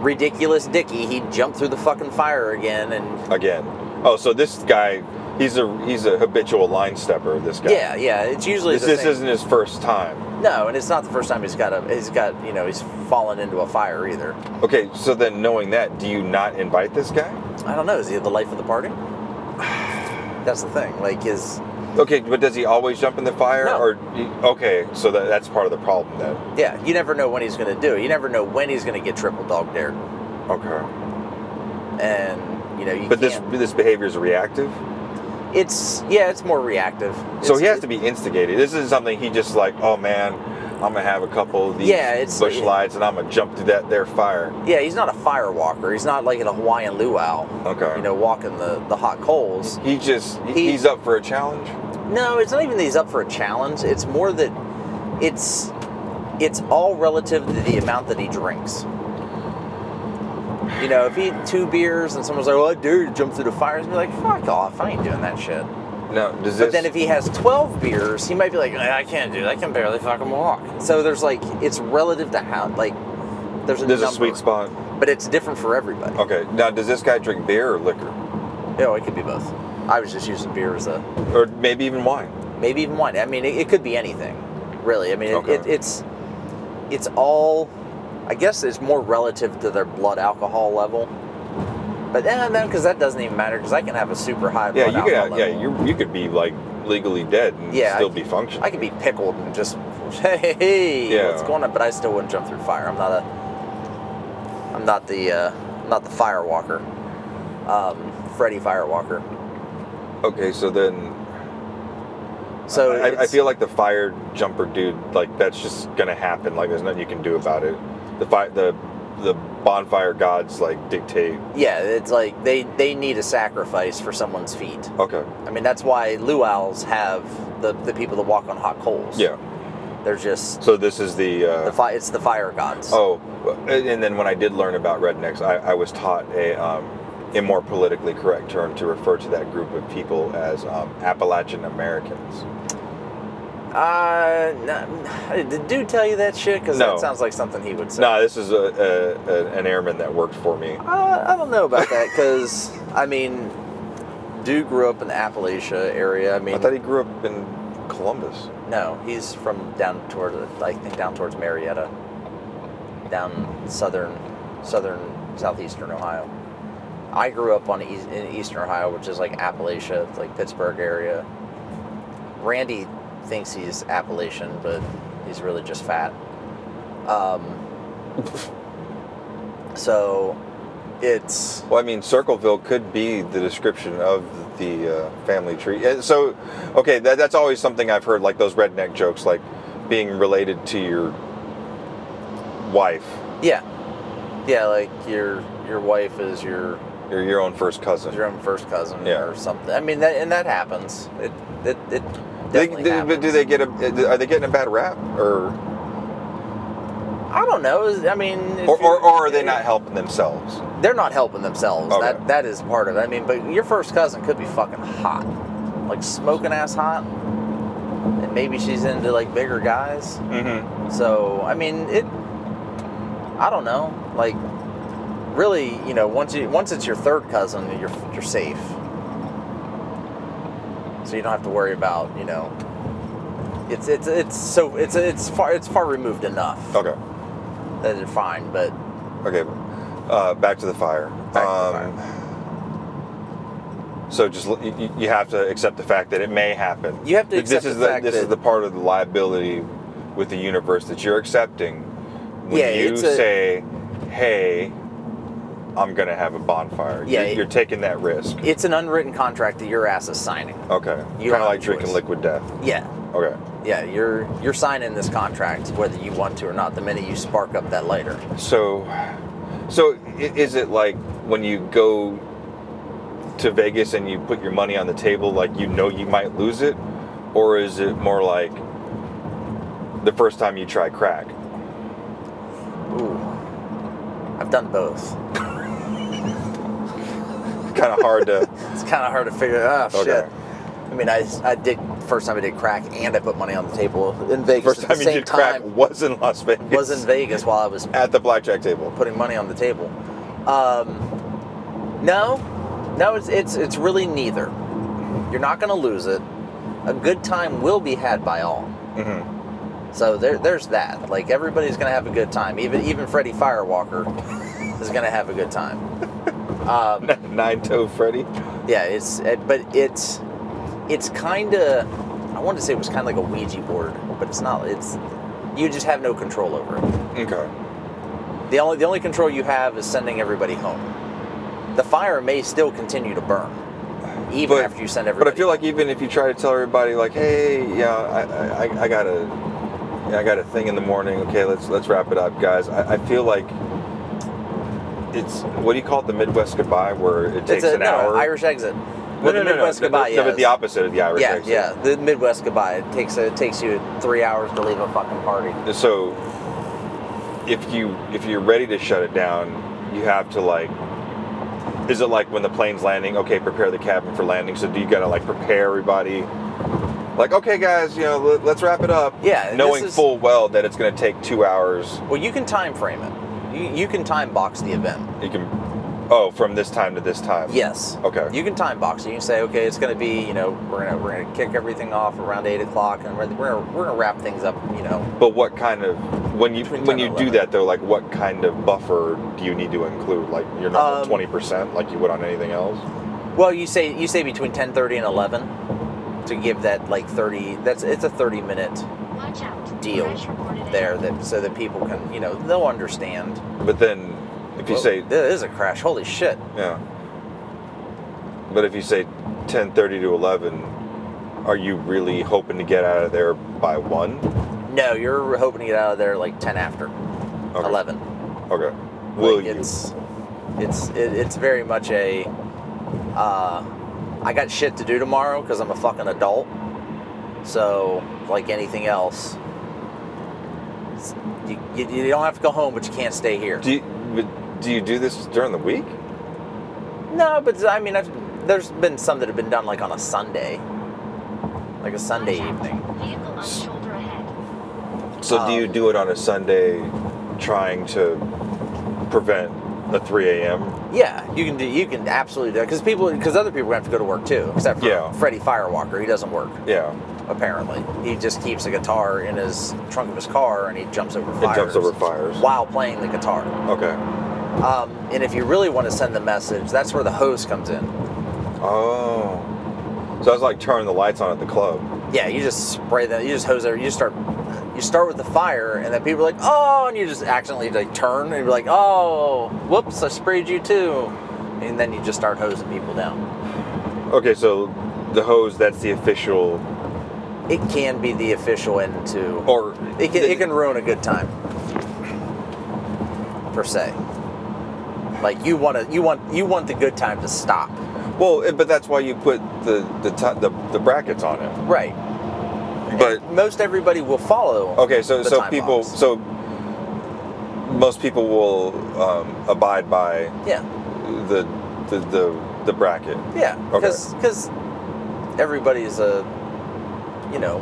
C: ridiculous Dicky he jumped through the fucking fire again and
B: Again. Oh, so this guy, he's a he's a habitual line stepper. This guy.
C: yeah yeah it's usually
B: This,
C: the
B: this
C: same.
B: isn't his first time.
C: no and it's not the first time he's got a he's got you know he's fallen into a fire either
B: Okay, so then knowing that, do you not invite this guy?
C: I don't know is he the life of the party that's the thing like is
B: Okay, but does he always jump in the fire?
C: No.
B: Or okay, so that, that's part of the problem then.
C: Yeah, you never know when he's going to do it. You never know when he's going to get triple dog dared.
B: Okay,
C: And, you know, you
B: but this
C: can't-
B: this behavior is reactive,
C: It's, yeah, it's more reactive.
B: so
C: It's-
B: he has to be instigated. This isn't something he just like, oh man, I'm gonna have a couple of these
C: Yeah, it's-
B: bush lights and I'm gonna jump through that there fire.
C: Yeah, he's not a fire walker. He's not like in a Hawaiian luau,
B: Okay,
C: you know, walking the, the hot coals.
B: he just
C: He-
B: he's up for a challenge.
C: No, it's not even that he's up for a challenge. It's more that it's it's all relative to the amount that he drinks. You "Oh, know, if he had two beers and someone's like, "Well, I dare you to jump through the fire," he's gonna be like, "Fuck off! I ain't doing that shit."
B: Now, does this?
C: But then if he has 12 beers, he might be like, I can't do that. I can barely fucking walk. So there's like, it's relative to how, like, there's a,
B: there's a
C: number,
B: sweet spot.
C: But it's different for everybody.
B: Okay. Now, does this guy drink beer or liquor,
C: No, it could be both. I was just using beer as a,
B: or maybe even wine?
C: maybe even wine. I mean, it, it could be anything, really. I mean, it,
B: Okay.
C: it, it's, it's all, I guess it's more relative to their blood alcohol level. But then, no, because that doesn't even matter, because I can have a super high blood
B: Yeah, you could.
C: alcohol
B: have-
C: level.
B: Yeah, you you could be like legally dead and
C: Yeah, I
B: still be
C: c-
B: functioning.
C: I could be pickled and just hey, hey
B: Yeah.
C: what's going on? But I still wouldn't jump through fire. I'm not a I'm not the uh, I'm not the firewalker, um, Freddy Firewalker.
B: okay, so then
C: So
B: I, I
C: it's-
B: feel like the fire jumper dude, like that's just gonna happen. Like there's nothing you can do about it. The fi- the the bonfire gods like dictate.
C: yeah, it's like they they need a sacrifice for someone's feet.
B: Okay.
C: I mean that's why luau's have the the people that walk on hot coals.
B: Yeah.
C: they're just
B: So this is the. Uh,
C: the fi- It's the fire gods.
B: oh, and and then when I did learn about rednecks, I, I was taught a um, a more politically correct term to refer to that group of people as um, Appalachian Americans.
C: Uh, no, did dude tell you that shit? Because
B: No.
C: that sounds like something he would say.
B: No, this is a, a, a, an airman that worked for me.
C: Uh, I don't know about that because I mean, Dude grew up in the Appalachia area. I mean,
B: I thought he grew up in Columbus.
C: no, he's from down toward I think down towards Marietta, down southern, southern southeastern Ohio. I grew up on eas- in eastern Ohio, which is like Appalachia, it's like Pittsburgh area. Randy thinks he's Appalachian, but he's really just fat. Um, so it's
B: Well, I mean, Circleville could be the description of the uh, family tree. Uh, So, okay, that, that's always something I've heard, like those redneck jokes, like being related to your wife,
C: Yeah, yeah, like your your wife is your
B: your your own first cousin.
C: is your own first cousin
B: Yeah.
C: or something. I mean, that and that happens. It it it
B: They-
C: definitely
B: they-
C: happens.
B: but do they get a? Are they getting a bad rap, or
C: I don't know. is- I mean, if
B: or, or,
C: you're-
B: or are they not helping themselves?
C: They're not helping themselves.
B: Okay.
C: That that is part of it. I mean, but your first cousin could be fucking hot, like smoking ass hot, and maybe she's into like bigger guys.
B: Mm-hmm.
C: So I mean, it. I don't know. Like, really, you know, once you once it's your third cousin, you're you're safe. So you don't have to worry about you know. It's it's it's so it's it's far it's far removed enough
B: Okay.
C: that you're fine. But
B: Okay, uh, back to the fire. Um,
C: Back to the
B: So just l- you, you have to accept the fact that it may happen.
C: You have to
B: This-
C: accept
B: this is
C: the fact
B: this is
C: that-
B: the part of the liability with the universe that you're accepting when
C: Yeah,
B: you
C: it's a-
B: say, "Hey, I'm gonna have a bonfire."
C: Yeah,
B: you're,
C: it-
B: you're taking that risk.
C: it's an unwritten contract that your ass is signing.
B: Okay,
C: You
B: kind
C: have
B: of like
C: a
B: drinking
C: choice.
B: liquid death.
C: Yeah,
B: Okay,
C: yeah, you're you're signing this contract whether you want to or not. The minute you spark up that lighter,
B: so so i- is it like when you go to Vegas and you put your money on the table, like you know you might lose it, or is it more like the first time you try crack?
C: ooh, I've done both.
B: Kind of hard to.
C: It's kind of hard to figure. Oh
B: Okay.
C: shit! I mean, I, I did first time I did crack, and I put money on the table in Vegas.
B: first
C: at the
B: time you
C: same
B: did crack
C: time,
B: was in Las Vegas.
C: was in Vegas while I was
B: at the blackjack table.
C: putting money on the table. Um, no, no, it's it's it's really neither. You're not going to lose it. A good time will be had by all.
B: Mm-hmm.
C: So there, there's that. Like everybody's gonna have a good time. Even even Freddie Firewalker is gonna have a good time. Um,
B: Nine Toe Freddy.
C: yeah, it's it, but it's it's kind of I wanted to say it was kind of like a Ouija board, but it's not. It's you just have no control over it.
B: Okay.
C: The only the only control you have is sending everybody home. The fire may still continue to burn even
B: But-
C: after you send
B: But
C: everybody.
B: I feel like even if you try to tell everybody, like, hey, yeah, I, I, I got a, yeah, I got a thing in the morning. Okay, let's let's wrap it up, guys. I, I feel like it's what do you call it, the Midwest goodbye, where it takes
C: it's a,
B: an
C: no,
B: hour.
C: Irish exit.
B: Well,
C: the
B: no, no, no,
C: Midwest
B: no,
C: goodbye.
B: no, but the
C: yes.
B: opposite of the Irish
C: yeah,
B: exit.
C: yeah. The Midwest goodbye. It takes it takes you three hours to leave a fucking party.
B: So if you if you're ready to shut it down, you have to like is it like when the plane's landing? Okay, prepare the cabin for landing. So do you gotta like prepare everybody? Like, okay, guys, you know, let- let's wrap it up.
C: Yeah, this
B: knowing
C: is-
B: full well that it's gonna take two hours.
C: Well, you can time frame it. You, you can time box the event.
B: You can, oh, from this time to this time.
C: Yes.
B: Okay.
C: You can time box it. You can say, okay, it's going to be, you know, we're gonna we're gonna kick everything off around eight o'clock, and we're we're gonna, we're gonna wrap things up, you know.
B: But what kind of when you
C: Between
B: when
C: 10
B: you
C: and
B: do
C: 11.
B: that though, like what kind of buffer do you need to include? Like your normal
C: Um,
B: twenty percent, like you would on anything else.
C: Well, you say you say between ten thirty and eleven to give that like thirty. That's it's a thirty minute
D: Watch out.
C: Deal.
D: Crash reported at-
C: there that so that people can you know they'll understand.
B: But then, if you
C: Whoa,
B: say
C: there is a crash, holy shit!
B: yeah, but if you say ten thirty to eleven, are you really hoping to get out of there by one?
C: No, you're hoping to get out of there like ten after
B: Okay.
C: eleven.
B: Okay. Will
C: Like,
B: you?
C: It's it's it, it's very much a. Uh, I got shit to do tomorrow because I'm a fucking adult. So like anything else, it's- you, you, you don't have to go home, but you can't stay here.
B: Do you, but do you do this during the week?
C: no, but I mean, I've, there's been some that have been done like on a Sunday, like a Sunday
D: Watch out.
C: evening.
D: Vehicle on shoulder ahead.
B: So do you
C: Um,
B: do it on a Sunday, trying to prevent a three a.m.
C: Yeah, you can do. You can absolutely do because people because other people have to go to work too, except for
B: Yeah.
C: Freddie Firewalker. He doesn't work.
B: Yeah.
C: apparently. He just keeps a guitar in his trunk of his car and he jumps over
B: It
C: fires.
B: jumps over fires.
C: While playing the guitar.
B: Okay.
C: Um, and if you really want to send the message, that's where the hose comes in.
B: Oh. So I was like turning the lights on at the club.
C: Yeah, you just spray that. You just hose there. You just start. You start with the fire, and then people are like, "Oh!" and you just accidentally like turn and you're like, "Oh, whoops! I sprayed you too," and then you just start hosing people down.
B: Okay, so the hose, that's the official
C: It can be the official end to,
B: or
C: it can it can ruin a good time per se like you want to you want you want the good time to stop
B: Well, it- but that's why you put the the ti the, the brackets on it.
C: right
B: But
C: most everybody will follow
B: okay, so
C: the
B: so
C: time
B: people
C: box.
B: so most people will um, abide by
C: yeah
B: the the the, the bracket.
C: yeah
B: Okay.
C: because everybody's a you know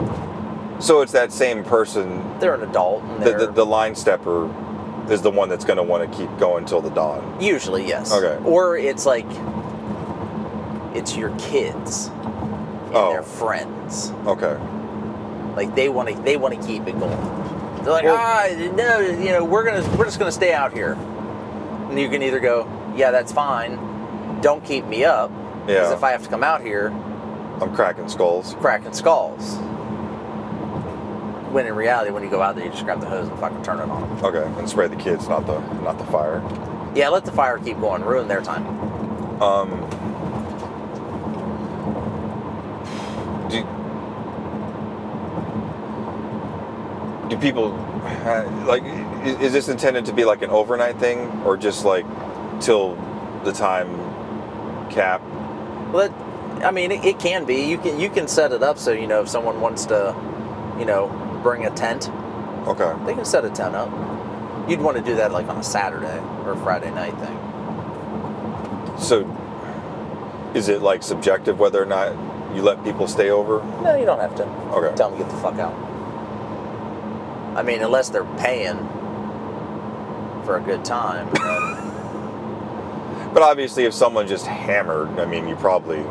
B: So it's that same person
C: they're an adult and
B: the,
C: they're
B: the, the line stepper is the one that's going to want to keep going till the dawn.
C: usually yes
B: Okay.
C: or it's like it's your kids and
B: Oh.
C: their friends
B: Okay.
C: Like they want to, they want to keep it going. They're like,
B: Well-
C: ah, no, you know, we're gonna, we're just gonna stay out here. And you can either go, yeah, that's fine. Don't keep me up, because
B: Yeah.
C: if I have to come out here,
B: I'm cracking skulls.
C: cracking skulls. When in reality, when you go out there, you just grab the hose and fucking turn it on.
B: Okay, and spray the kids, not the not the fire.
C: Yeah, let the fire keep going, ruin their time.
B: Um, do do people uh, like? i- Is, this intended to be like an overnight thing, or just like till the time cap?
C: Let, I mean, it, it can be. You can, you can set it up so you know if someone wants to, you know, bring a tent
B: Okay.
C: They can set a tent up. You'd want to do that like on a Saturday or a Friday night thing.
B: So, is it like subjective whether or not you let people stay over?
C: No, you don't have to.
B: Okay.
C: Tell them to get the fuck out. I mean, unless they're paying for a good time.
B: But obviously, if someone just hammered, I mean, you probably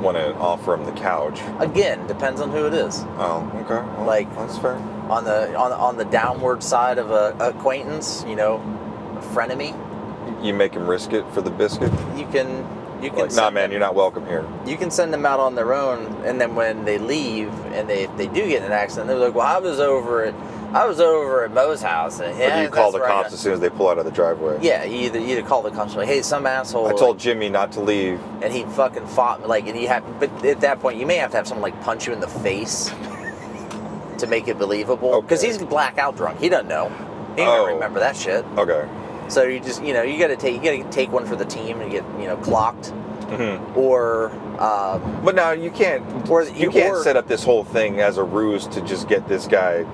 B: want to offer them the couch.
C: Again, depends on who it is.
B: Oh, okay. Well,
C: Like-
B: that's fair.
C: On the on on the downward side of a acquaintance, you know, a frenemy,
B: You make them risk it for the biscuit.
C: you can you can
B: Like, nah, man, you're not welcome here.
C: you can send them out on their own and then when they leave and they if they do get in an accident they're like well i was over at i was over at moe's house and
B: Or
C: yeah,
B: do you call
C: that's
B: the
C: where I
B: cops
C: got-"
B: as soon as they pull out of the driveway?
C: yeah you either you either call the cops like hey some asshole
B: I told Jimmy not to leave.
C: like, and he fucking fought me like and you have but at that point you may have to have someone like punch you in the face to make it believable because
B: Okay.
C: he's blackout drunk he doesn't know he ain't
B: Oh.
C: gonna remember that shit
B: Okay.
C: so you just you know you gotta take you gotta take one for the team and get you know clocked Mm-hmm.
B: hmm
C: or um,
B: But now you can't.
C: Or-
B: you can't
C: or-
B: set up this whole thing as a ruse to just get this guy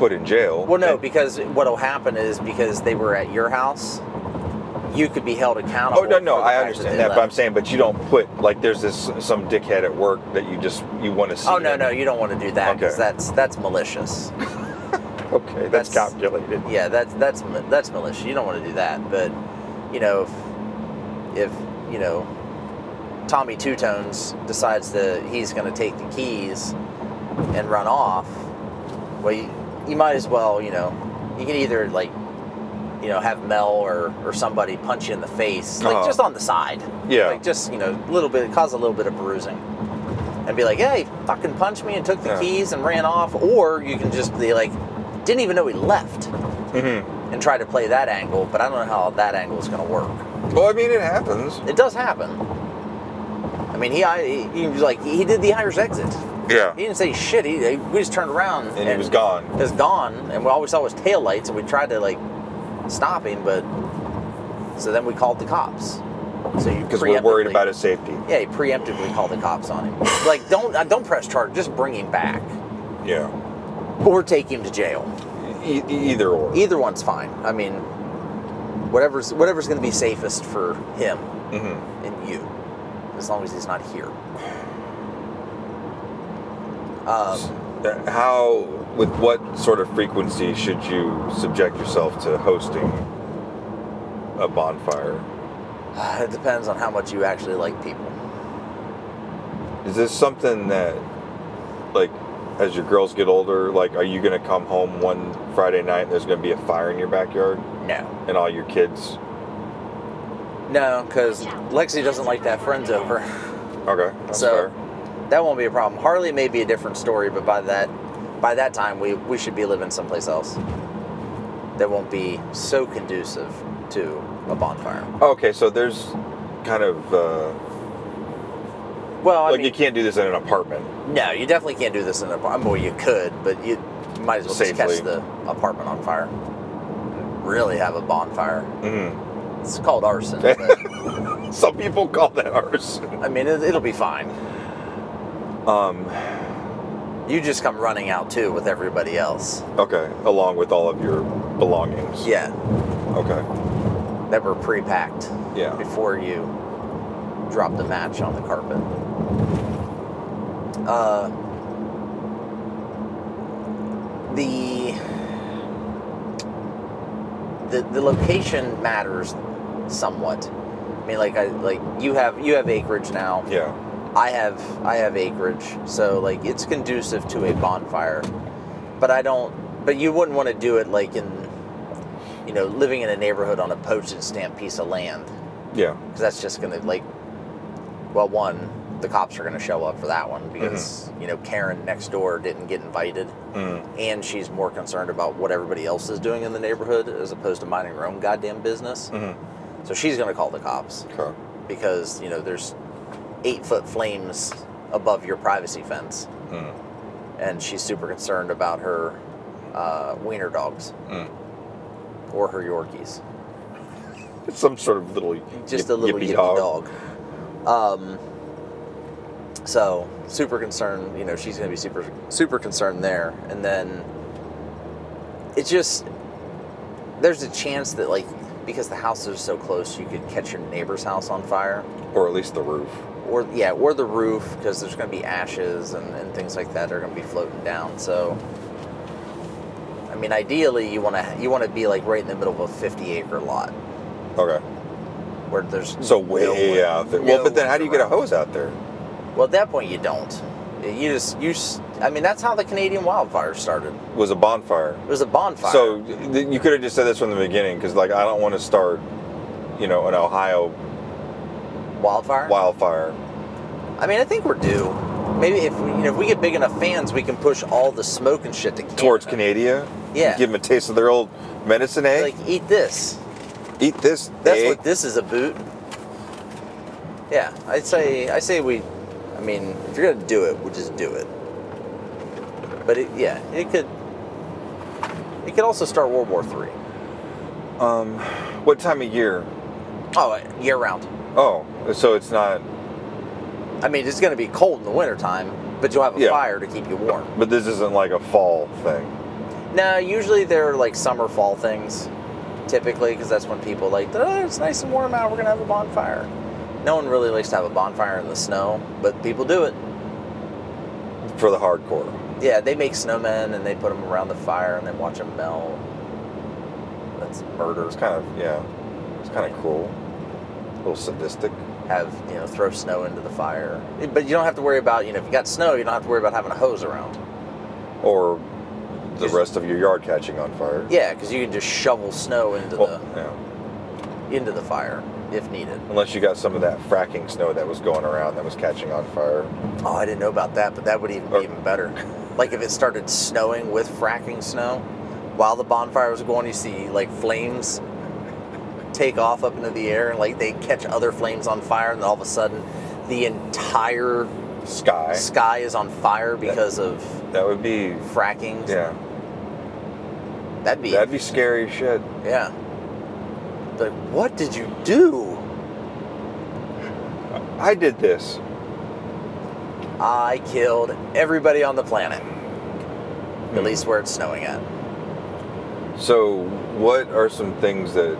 B: put in jail.
C: Well, no,
B: And-
C: because what'll happen is because they were at your house, you could be held accountable.
B: Oh no, no,
C: for the
B: I
C: fact
B: understand
C: they
B: that, but I'm
C: left.
B: saying, but you don't put like there's this some dickhead at work that you just you want to see.
C: Oh no,
B: him.
C: no, you don't want to do that because
B: Okay.
C: that's that's malicious.
B: Okay, that's,
C: That's-
B: calculated.
C: Yeah, that's that's ma- that's malicious. You don't want to do that. But you know, if, if you know, Tommy Two Tones decides that he's going to take the keys and run off, well, you, you might as well. You know, you can either like, you know, have Mel or or somebody punch you in the face, like
B: Uh-huh.
C: just on the side.
B: Yeah.
C: Like just you know, a little bit cause a little bit of bruising, and be like, hey, fucking punched me and took the
B: Yeah.
C: keys and ran off. Or you can just be like, didn't even know he left
B: Mm-hmm.
C: and try to play that angle, but I don't know how that angle is going to work.
B: Well, I mean, it happens.
C: It does happen. I mean, he, I, he, he was like, he did the Irish exit.
B: Yeah,
C: He didn't say shit. He, he- we just turned around
B: and he was gone.
C: It was gone, and we always saw his taillights, and we tried to like stop him, but so then we called the cops. So you
B: because we're worried
C: preemptively-
B: about his safety.
C: Yeah, he preemptively called the cops on him. like, don't uh, don't press charge. Just bring him back
B: Yeah,
C: or take him to jail.
B: e- e- either or.
C: Either one's fine. I mean, whatever's whatever's going to be safest for him
B: hmm
C: and you, as long as he's not here. Um,
B: Uh, How, with what sort of frequency should you subject yourself to hosting a bonfire?
C: it depends on how much you actually like people.
B: Is this something that, like, as your girls get older, like, are you gonna come home one Friday night and there's gonna be a fire in your backyard
C: No,
B: and all your kids?
C: no, because Lexi doesn't like to have friends over.
B: Okay, that's
C: So-
B: fair.
C: That won't be a problem. Harley may be a different story, but by that by that time we, we should be living someplace else. That won't be so conducive to a bonfire.
B: Okay, so there's kind of uh,
C: Well, I
B: like
C: mean,
B: you can't do this in an apartment.
C: No, you definitely can't do this in an apartment. Well, you could, but you might as well just catch
B: Safely.
C: the apartment on fire. Really have a bonfire.
B: Mm.
C: It's called arson. But,
B: Some people call that arson.
C: I mean, it, it'll be fine.
B: Um,
C: You just come running out too with everybody else.
B: okay, along with all of your belongings.
C: Yeah,
B: Okay.
C: that were pre-packed
B: Yeah.
C: before you drop the match on the carpet. Uh, the, the the location matters somewhat. I mean, like I like you have you have acreage now.
B: Yeah.
C: I have I have acreage, so like it's conducive to a bonfire. But I don't. But you wouldn't want to do it like in, you know, living in a neighborhood on a postage stamp piece of land
B: Yeah.
C: because that's just gonna like well one the cops are gonna show up for that one because you know karen next door didn't get invited
B: Mm.
C: and she's more concerned about what everybody else is doing in the neighborhood as opposed to minding her own goddamn business
B: Mm.
C: so she's gonna call the cops
B: Okay.
C: because you know there's eight foot flames above your privacy fence
B: Mm.
C: and she's super concerned about her uh, wiener dogs
B: Mm.
C: or her yorkies
B: It's some sort of little yip-
C: just a little yippy dog. Um, so super concerned, you know, she's gonna be super super concerned there, and then it just there's a chance that like because the houses are so close, you could catch your neighbor's house on fire,
B: or at least the roof.
C: or yeah, or the roof because there's gonna be ashes and, and things like that are gonna be floating down. So. I mean, ideally, you want to you want to be like right in the middle of a fifty-acre lot
B: Okay.
C: where there's
B: So way
C: no one-
B: out there.
C: no
B: well, but then
C: one's
B: how do you get a
C: around.
B: hose out there?
C: Well, at that point, you don't. You just you. s- I mean, that's how the Canadian wildfire started.
B: It was a bonfire.
C: It was a bonfire.
B: So th- you could have just said this from the beginning because, like, I don't want to start, you know, an Ohio
C: wildfire.
B: wildfire.
C: I mean, I think we're due. Maybe if we- you know if we get big enough fans, we can push all the smoke and shit to Canada.
B: towards Canada.
C: Yeah.
B: Give them a taste of their old medicine, eh?
C: Like eat this.
B: Eat this.
C: That's
B: eh?
C: what this is a boot. Yeah, I say I say we. I mean, if you're gonna do it, we'll just do it. But it, yeah, it could. It could also start World War Three.
B: um, what time of year?
C: Oh, year round.
B: Oh, so it's not.
C: I mean, it's going to be cold in the wintertime, but you'll have a
B: Yeah.
C: fire to keep you warm.
B: But this isn't like a fall thing.
C: No, usually they're like summer, fall things. typically because that's when people like oh, it's nice and warm out. We're gonna have a bonfire. No one really likes to have a bonfire in the snow, but people do it.
B: for the hardcore.
C: Yeah, they make snowmen and they put them around the fire and then watch them melt. That's murder.
B: It's kind of yeah, it's kind of cool, a little sadistic.
C: have you know throw snow into the fire. Eh, But you don't have to worry about you know if you got snow, you don't have to worry about having a hose around.
B: Or the
C: Is-
B: rest of your yard catching on fire.
C: Yeah, because you can just shovel snow into
B: Well,
C: the
B: yeah.
C: into the fire if needed.
B: Unless you got some of that fracking snow that was going around that was catching on fire.
C: Oh, I didn't know about that, but that would even be
B: Or-
C: even better. Like if it started snowing with fracking snow, while the bonfire was going, you see like flames take off up into the air, and like they catch other flames on fire, and all of a sudden, the entire
B: Sky.
C: sky is on fire because of
B: That would be.
C: fracking.
B: Yeah.
C: that'd be
B: That'd be scary as shit.
C: Yeah. Like, what did you do?
B: I did this.
C: I killed everybody on the planet.
B: Hmm.
C: At least where it's snowing at.
B: So, what are some things that?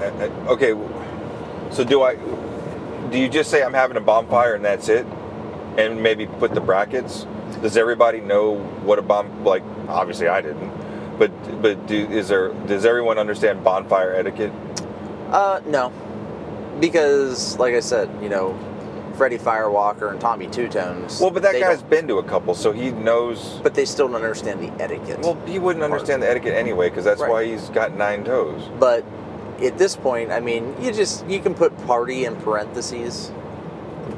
B: I- I- Okay, so do I? Do you just say I'm having a bonfire and that's it, and maybe put the brackets? Does everybody know what a bomb? Like, obviously I didn't, but but do is there? Does everyone understand bonfire etiquette?
C: Uh, no. Because, like I said, you know, Freddy Firewalker and Tommy Two Tones.
B: Well, but that
C: they
B: guy's
C: don't-
B: been to a couple, so he knows.
C: But they still don't understand the etiquette.
B: Well, he wouldn't understand the etiquette anyway, because that's
C: Right.
B: why he's got nine toes.
C: but at this point, I mean, you just you can put party in parentheses,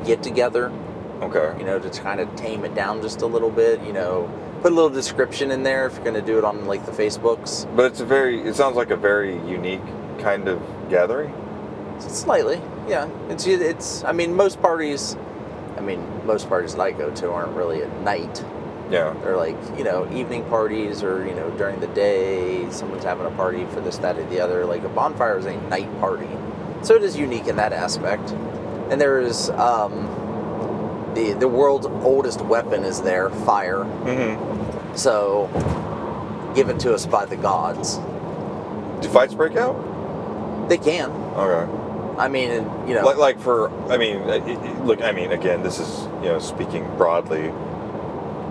C: get together.
B: Okay.
C: you know, to kind of tame it down just a little bit, you know, put a little description in there if you're going to do it on like the Facebooks.
B: But it's a very. It sounds like a very unique kind of gathering.
C: Slightly, yeah. It's it's. I mean, most parties, I mean, most parties that I go to aren't really at night.
B: Yeah.
C: They're like you know evening parties or you know during the day. Someone's having a party for this, that, or the other. Like a bonfire is a night party, so it is unique in that aspect. And there is um, the the world's oldest weapon is there, fire.
B: Mm-hmm.
C: So, given to us by the gods.
B: Do fights break out?
C: They can.
B: Okay.
C: I mean, and, you know,
B: Like, like for, I mean, it, it, look, I mean, again, this is, you know, speaking broadly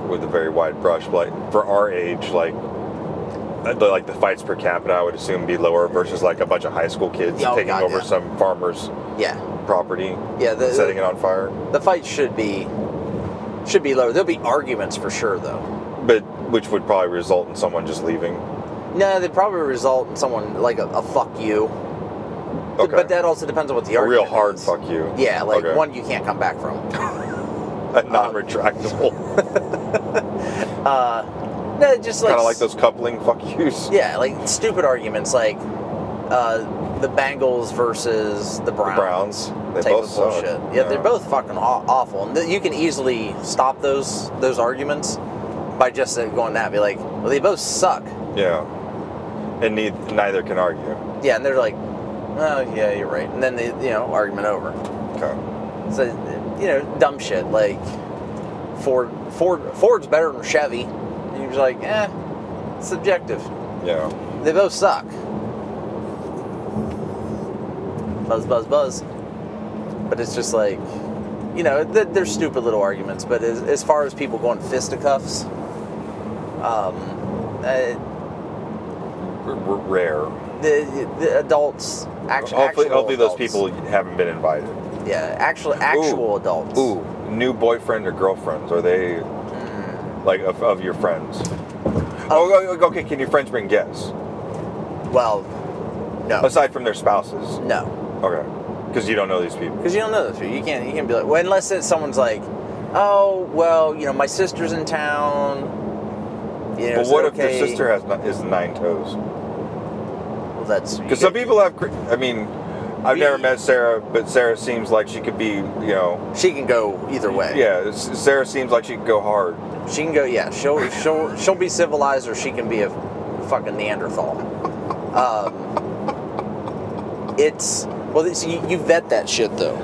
B: with a very wide brush, but like for our age, like, uh, the, like the fights per capita, I would assume be lower versus like a bunch of high school kids
C: Yeah, oh,
B: taking
C: God,
B: over
C: yeah. Uh,
B: some farmer's
C: yeah,
B: property,
C: yeah.
B: setting
C: The,
B: it on fire.
C: the fight should be should be lower. There'll be arguments for sure, though.
B: But which would probably result in someone just leaving.
C: No, they probably result in someone like a, a fuck you.
B: Okay.
C: But that also depends on what the
B: a real
C: argument
B: hard
C: is.
B: fuck you.
C: Yeah, like
B: Okay.
C: one uh, you can't come back from.
B: A non retractable.
C: Uh, no, just like
B: kind of like
C: s-
B: those coupling fuck yous.
C: Yeah, like stupid arguments, like uh, the Bengals versus the Browns.
B: Browns. They
C: type
B: both
C: of
B: suck.
C: bullshit. Yeah,
B: Yeah.
C: they're both fucking aw- awful, and th- you can easily stop those those arguments by just uh, going that. Be like, well, they both suck.
B: Yeah. And neith- neither can argue.
C: Yeah, and they're like, oh yeah, you're right. And then they, you know, argument over.
B: Okay.
C: So you know, dumb shit like Ford. Ford. Ford's better than Chevy. And he was like, eh, subjective.
B: Yeah.
C: They both suck. Buzz, buzz, buzz. But it's just like, you know, th- they're stupid little arguments. But as, as far as people going fisticuffs, um, uh,
B: R- r- rare.
C: the, the adults, act- actual,
B: hopefully, hopefully those
C: adults.
B: people haven't been invited.
C: yeah, actual, actual adults.
B: Ooh, new boyfriend or girlfriends? Are they
C: Mm-hmm.
B: like of, of your friends? Oh, oh, okay. Can your friends bring guests
C: Well, no,
B: aside from their spouses?
C: no.
B: Okay, because you don't know these people.
C: Because you don't know those people. You can't. You can't be like. Well, unless it's someone's like, oh, well, you know, my sister's in town. You know,
B: But
C: is it
B: what if their
C: okay?"
B: sister has ni- is nine toes?
C: Well, that's
B: Because some people have. cr- I mean, I've never
C: Me.
B: met Sarah, but Sarah seems like she could be. You know,
C: She can go either way.
B: yeah. S- Sarah seems like she could go hard.
C: She can go. Yeah. She'll she'll she'll be civilized, or she can be a fucking Neanderthal. Um, it's well. It's, you, you vet that shit though.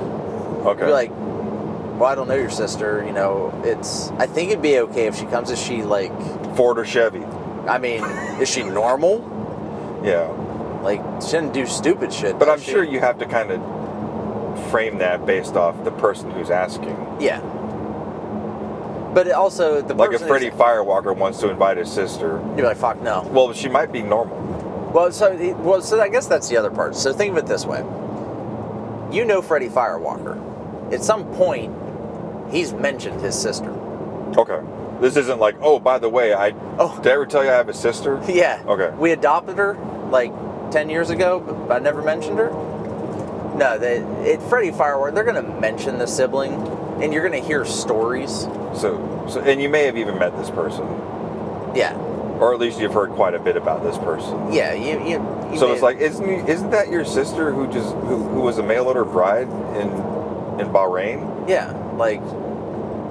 B: Okay.
C: You're like, well, I don't know your sister. You know, it's. I think it'd be okay if she comes. Is she like?
B: Ford or Chevy?
C: I mean, is she normal?
B: Yeah.
C: Like, shouldn't do stupid shit.
B: But
C: that
B: I'm
C: she-
B: sure you have to kind of frame that based off the person who's asking.
C: Yeah. But it also, the
B: Like if
C: person
B: Freddie
C: who's-
B: Firewalker wants to invite his sister,
C: You're like, fuck no.
B: well, she might be normal.
C: Well, so well, so I guess that's the other part. So think of it this way: you know Freddy Firewalker. At some point, he's mentioned his sister.
B: Okay. This isn't like, oh, by the way, I
C: Oh.
B: did I ever tell you I have a sister?
C: Yeah.
B: Okay.
C: We adopted her like ten years ago, but I never mentioned her. No, they, it Freddy Firewalker. They're gonna mention the sibling, and you're gonna hear stories.
B: So, so, and you may have even met this person,
C: Yeah,
B: or at least you've heard quite a bit about this person.
C: yeah. You, you, you
B: so
C: may-
B: it's like, isn't isn't that your sister who just who, who was a mail order bride in in Bahrain?
C: yeah, like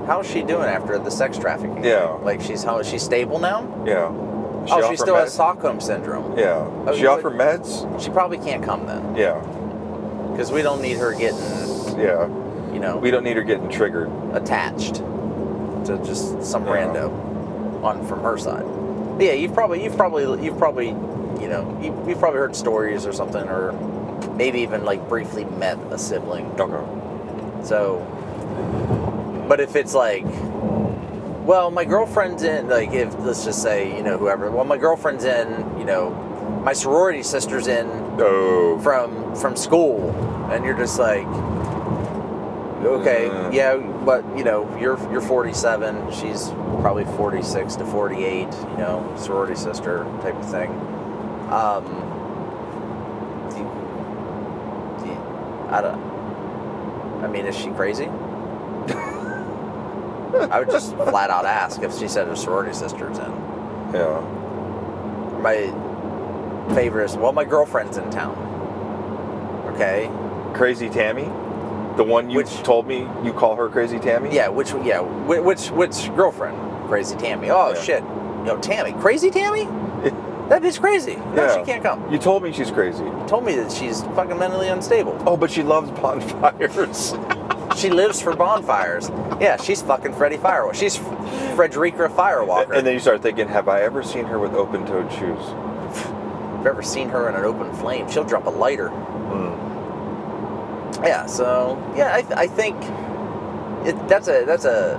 C: how's she doing after the sex trafficking?
B: Yeah.
C: Like she's how is she stable now?
B: Yeah.
C: oh, she
B: offer
C: still has
B: meds?
C: Stockholm syndrome.
B: Yeah.
C: Oh,
B: she
C: you
B: offer
C: would-
B: meds?
C: She probably can't come then.
B: Yeah.
C: because we don't need her getting,
B: Yeah.
C: you know,
B: We don't need her getting triggered.
C: attached to just some
B: Yeah.
C: rando on from her side. But yeah, you've probably, you've probably, you've probably, you know, you, you've probably heard stories or something, or maybe even like briefly met a sibling.
B: Okay.
C: So, but if it's like, well, my girlfriend's in, like, if let's just say, you know, whoever, well, my girlfriend's in, you know, my sorority sister's in
B: Oh.
C: from from school and you're just like okay
B: Uh.
C: yeah but you know you're you're 47 she's probably 46 to 48 you know sorority sister type of thing um do you- do you- i don't i mean is she crazy i would just flat out ask if she said her sorority sister's in
B: yeah.
C: my favorite is well my girlfriend's in town okay
B: Crazy Tammy? The one you
C: Which-
B: told me you call her Crazy Tammy?
C: Yeah, which yeah, whi- which which girlfriend? Crazy Tammy. Oh
B: Yeah.
C: shit, yo Tammy, crazy Tammy? That bitch crazy. No,
B: Yeah.
C: she can't come.
B: You told me she's crazy.
C: Told me that she's fucking mentally unstable.
B: Oh, but she loves bonfires.
C: She lives for bonfires. Yeah, she's fucking Freddy Firewalker. She's Frederica Firewalker.
B: and then you start thinking, have I ever seen her with open-toed shoes?
C: I've ever seen her in an open flame. She'll drop a lighter.
B: Mm.
C: Yeah. So yeah, I, th- I think it, that's a that's a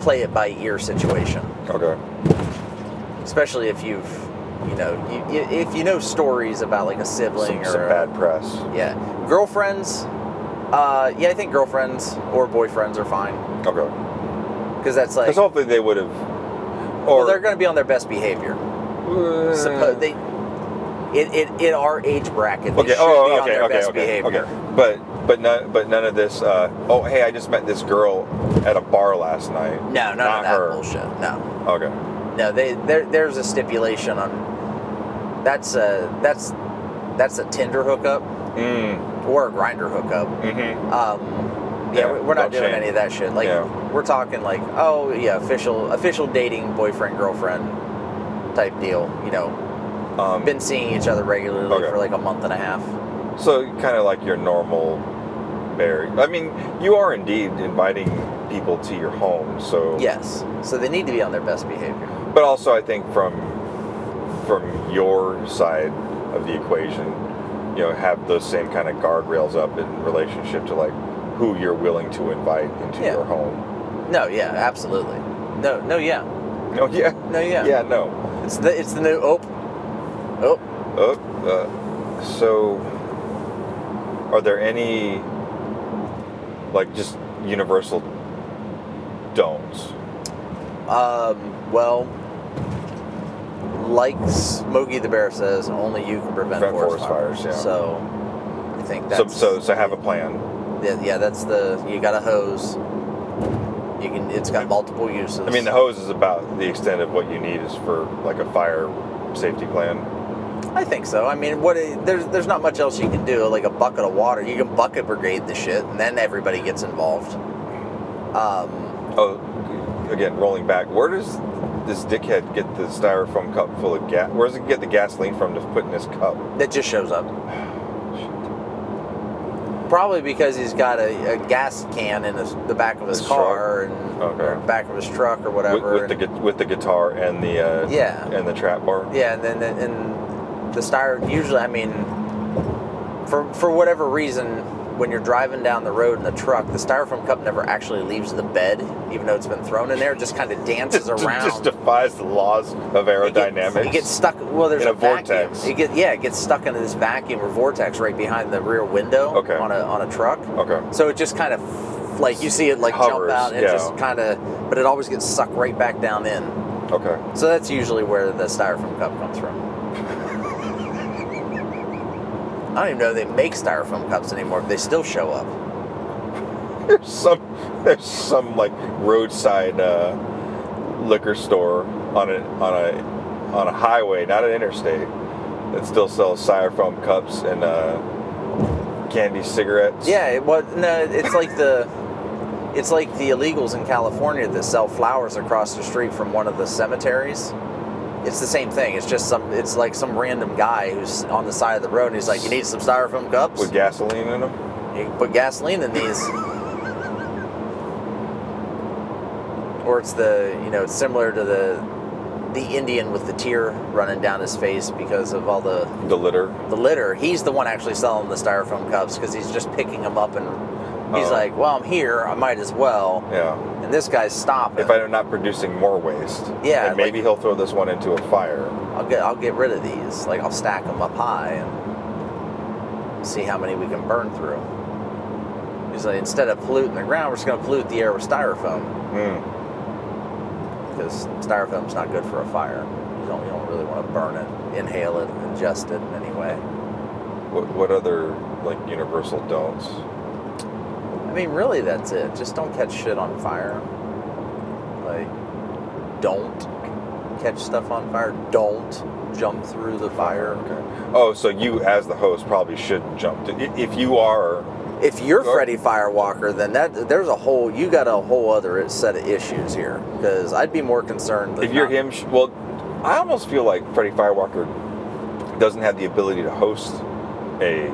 C: play it by ear situation.
B: Okay.
C: especially if you've you know you, you, if you know stories about like a sibling
B: Some,
C: or
B: some
C: a-
B: bad press.
C: yeah girlfriends uh, yeah i think girlfriends or boyfriends are fine
B: Okay.
C: because that's like
B: Because hopefully they would have.
C: well,
B: Or
C: they're going to be on their best behavior
B: Uh,
C: Suppo- they it, it, in our age bracket they
B: Okay.
C: should be
B: Oh,
C: on
B: okay.
C: their
B: Okay.
C: best
B: okay.
C: behavior
B: Okay. But but none but none of this. Uh, oh, hey, I just met this girl at a bar last night.
C: no none
B: Not
C: of that
B: her.
C: bullshit no
B: Okay.
C: no they there, there's a stipulation on that's a that's that's a tinder hookup
B: Mm.
C: or a grinder hookup
B: Mm-hmm.
C: Um, yeah,
B: Yeah,
C: we- we're not
B: don't
C: doing
B: change.
C: any of that shit. Like
B: Yeah.
C: we're talking like, oh yeah, official official dating, boyfriend girlfriend type deal. You know,
B: Um,
C: been seeing each other regularly
B: Okay.
C: for like a month and a half.
B: so kind of like your normal bear. I mean, you are indeed inviting people to your home. So
C: Yes, so they need to be on their best behavior.
B: But also, I think from from your side of the equation, you know, have those same kind of guardrails up in relationship to like who you're willing to invite into
C: Yeah.
B: your home.
C: No, yeah, absolutely. No, no, yeah,
B: Oh yeah,
C: no, yeah.
B: yeah, no.
C: It's the it's the new oh oh
B: Uh, uh, so, are there any like just universal don'ts?
C: um well. Like Smokey the Bear says, only you can prevent,
B: Prevent
C: forest,
B: forest
C: fires.
B: fires, yeah.
C: So, I think
B: So,
C: that's
B: so so have a plan.
C: Yeah, yeah, that's the you got a hose. You can. It's got multiple uses.
B: I mean, the hose is about the extent of what you need is for like a fire safety plan.
C: I think so. I mean, what it- there's there's not much else you can do. Like a bucket of water, you can bucket brigade the shit, and then everybody gets involved. Um,
B: Oh, again, rolling back. Where does this dickhead get the styrofoam cup full of gas? Where does he get the gasoline from to put in his cup?
C: that just shows up. Probably because he's got a, a gas can in his, the back of his,
B: His truck?
C: car and
B: Okay.
C: or back of his truck or
B: With,
C: whatever.
B: with the
C: and-
B: gu- with the guitar and the uh,
C: yeah,
B: and the trap bar.
C: yeah, and then and the siren usually i mean for for whatever reason when you're driving down the road in the truck the styrofoam cup never actually leaves the bed even though it's been thrown in there it just kind of dances
B: Just-
C: around
B: Just defies the laws of
C: It gets-
B: aerodynamics.
C: It gets stuck. Well, there's
B: In
C: a,
B: a vortex.
C: Vacuum. It get, yeah, it gets stuck into this vacuum or vortex right behind the rear window
B: Okay.
C: on a on a truck.
B: okay.
C: So it just kind of like you see it like jump
B: Hovers,
C: out and it
B: yeah.
C: just kind of, but it always gets sucked right back down in.
B: Okay.
C: So that's usually where the styrofoam cup comes from. I don't even know they make styrofoam cups anymore. They still show up.
B: There's some there's some like roadside uh, liquor store on a on a on a highway, not an interstate, that still sells styrofoam cups and uh, candy cigarettes.
C: Yeah, it was no. It's like the, it's like the illegals in California that sell flowers across the street from one of the cemeteries. It's the same thing. It's just some. It's like some random guy who's on the side of the road and he's like, "You need some styrofoam cups?
B: With gasoline in them.
C: You can put gasoline in these." or it's the you know it's similar to the the Indian with the tear running down his face because of all the
B: The litter.
C: the litter. He's the one actually selling the styrofoam cups because he's just picking them up and he's
B: Oh.
C: like, "Well, I'm here. I might as well."
B: Yeah.
C: And this guy's stopping.
B: If I'm not producing more waste.
C: Yeah,
B: And maybe he'll throw this one into a fire.
C: I'll get I'll get rid of these. Like I'll stack them up high and see how many we can burn through. He's like, instead of polluting the ground, we're just going to pollute the air with styrofoam
B: Mm.
C: because styrofoam's not good for a fire. You don't you don't really want to burn it, inhale it, ingest it in any way.
B: What, what other like universal don'ts?
C: I mean, really, that's it. Just don't catch shit on fire. Like, don't catch stuff on fire. Don't jump through the fire.
B: Okay. Oh, so you as the host probably should jump. To, i- if you are
C: If you're
B: Sure.
C: Freddy Firewalker, then that there's a whole you got a whole other set of issues here. Because I'd be more concerned. with
B: if you're
C: not-
B: him, sh- well, I almost feel like Freddie Firewalker doesn't have the ability to host a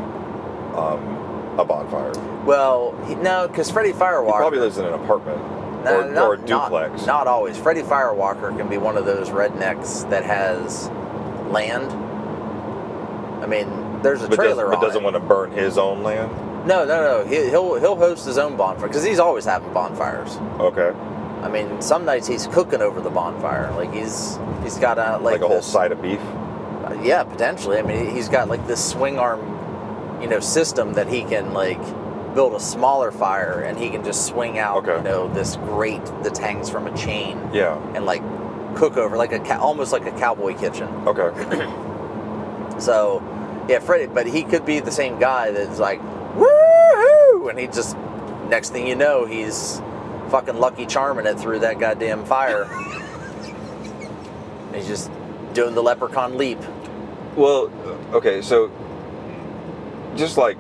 B: um, a bonfire.
C: well, he, no, because Freddy Firewalker
B: He probably lives in an apartment
C: No,
B: or,
C: not-
B: or a
C: not-
B: duplex.
C: Not, always. Freddy Firewalker can be one of those rednecks that has land. I mean, there's a
B: but, does,
C: trailer
B: but
C: on
B: doesn't
C: it.
B: want to burn his own land.
C: No, no, no. He, he'll he'll host his own bonfire because he's always having bonfires.
B: Okay,
C: I mean, some nights he's cooking over the bonfire. Like he's he's got a
B: like,
C: like,
B: a whole
C: this-
B: side of beef.
C: yeah, potentially. I mean, he's got like this swing arm, you know, system that he can like build a smaller fire and he can just swing out,
B: Okay.
C: you know, this grate that hangs from a chain
B: Yeah.
C: and like cook over like a cow almost like a cowboy kitchen.
B: Okay.
C: So, yeah, Freddie, but he could be the same guy that's like, woohoo! And he just, next thing you know, he's fucking Lucky Charming it through that goddamn fire. And he's just doing the leprechaun leap.
B: Well, okay, so just like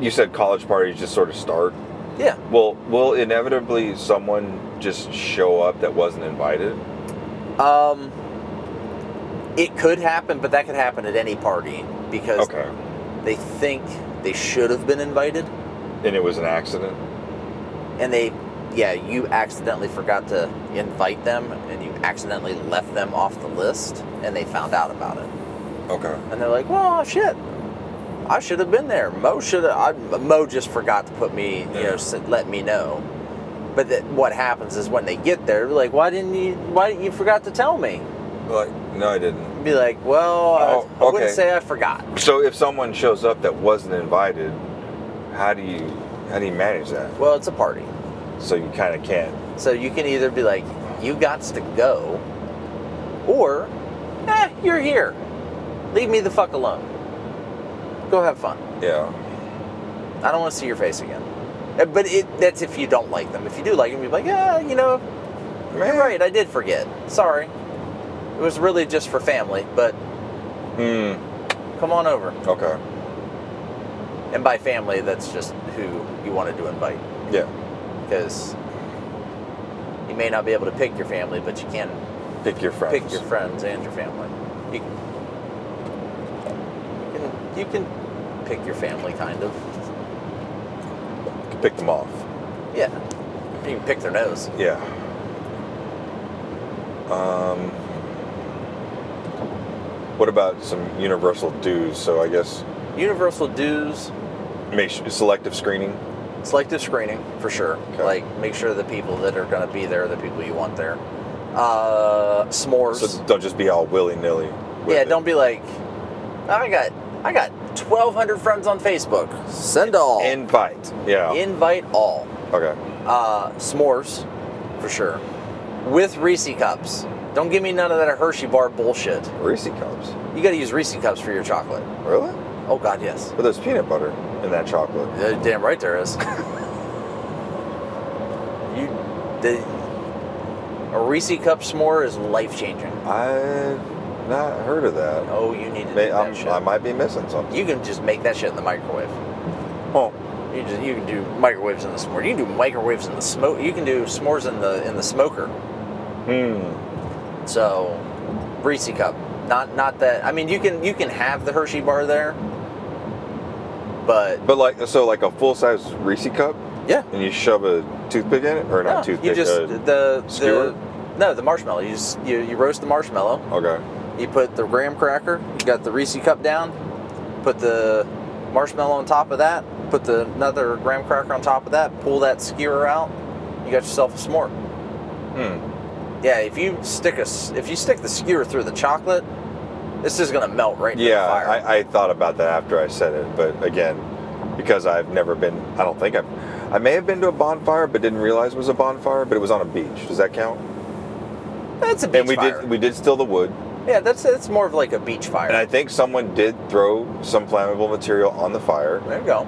B: you said, college parties just sort of start.
C: Yeah.
B: Well, will inevitably someone just show up that wasn't invited?
C: Um, it could happen, but that could happen at any party because
B: Okay.
C: they think they should have been invited
B: And it was an accident.
C: and they, yeah, you accidentally forgot to invite them and you accidentally left them off the list and they found out about it.
B: Okay.
C: and they're like, "Well, shit, I should have been there. Mo should have. I- Mo just forgot to put me, you know, s- let me know." But that what happens is when they get there, they're like, "Why didn't you? Why you forgot to tell me?"
B: Like, no, I didn't.
C: Be like, "Well, I-
B: Oh,
C: I wouldn't
B: okay.
C: say I forgot."
B: So if someone shows up that wasn't invited, how do you how do you manage that?
C: Well, it's a party,
B: So you kind of can't.
C: so you can either be like, "You got to go," or, "Eh, you're here. Leave me the fuck alone. Go have fun."
B: Yeah.
C: I don't want to see your face again. Uh, But it, that's if you don't like them. If you do like them, you're like, yeah, you know,
B: Man.
C: You're right, I did forget. Sorry. It was really just for family, but
B: Hmm.
C: come on over.
B: Okay.
C: And by family, that's just who you wanted to invite.
B: Yeah.
C: Because you may not be able to pick your family, but you can
B: Pick your friends.
C: pick your friends and your family. You can, you can pick your family, kind of.
B: pick them off.
C: Yeah. You can pick their nose.
B: Yeah. Um, What about some universal dues? So I guess
C: Universal dues,
B: make su- selective screening.
C: selective screening for sure.
B: Okay.
C: Like make sure the people that are going to be there are the people you want there. Uh, s'mores.
B: So don't just be all willy nilly.
C: yeah, don't be like, "Oh, I got I got 1,200 friends on Facebook. Send all.
B: invite. Yeah.
C: Invite all.
B: okay.
C: Uh, s'mores, for sure. With Reese cups. Don't give me none of that Hershey bar bullshit.
B: Reese cups.
C: You got to use Reese cups for your chocolate.
B: Really?
C: Oh God, yes.
B: But there's peanut butter in that chocolate.
C: Uh, Damn right there is. you, the, a Reese cup s'more is life changing.
B: I've not heard of that.
C: Oh, you need to
B: May,
C: do that
B: I'm,
C: shit.
B: I might be missing something.
C: You can just make that shit in the microwave.
B: Oh,
C: You just you can do microwaves in the s'more. You can do microwaves in the smoke. You can do s'mores in the in the smoker.
B: hmm.
C: So, Reese cup. Not not that. I mean, you can you can have the Hershey bar there, but
B: But like, so like a full size Reese cup,
C: yeah,
B: and you shove a toothpick in it, or
C: no,
B: not toothpick?
C: you just
B: uh,
C: the
B: skewer?
C: the no the marshmallow. You just you, you roast the marshmallow.
B: okay.
C: You put the graham cracker. You got the Reese cup down. Put the marshmallow on top of that. Put the another graham cracker on top of that. Pull that skewer out. You got yourself a s'more.
B: Hmm.
C: Yeah, if you stick a s- if you stick the skewer through the chocolate, this is gonna melt right into
B: Yeah,
C: the fire.
B: I, I thought about that after I said it, but again, because I've never been, I don't think I've, I may have been to a bonfire, but didn't realize it was a bonfire, but it was on a beach. Does that count?
C: that's a beach
B: and we
C: fire.
B: did, we did steal the wood,
C: yeah, that's that's more of like a beach fire.
B: and I think someone did throw some flammable material on the fire.
C: there you go.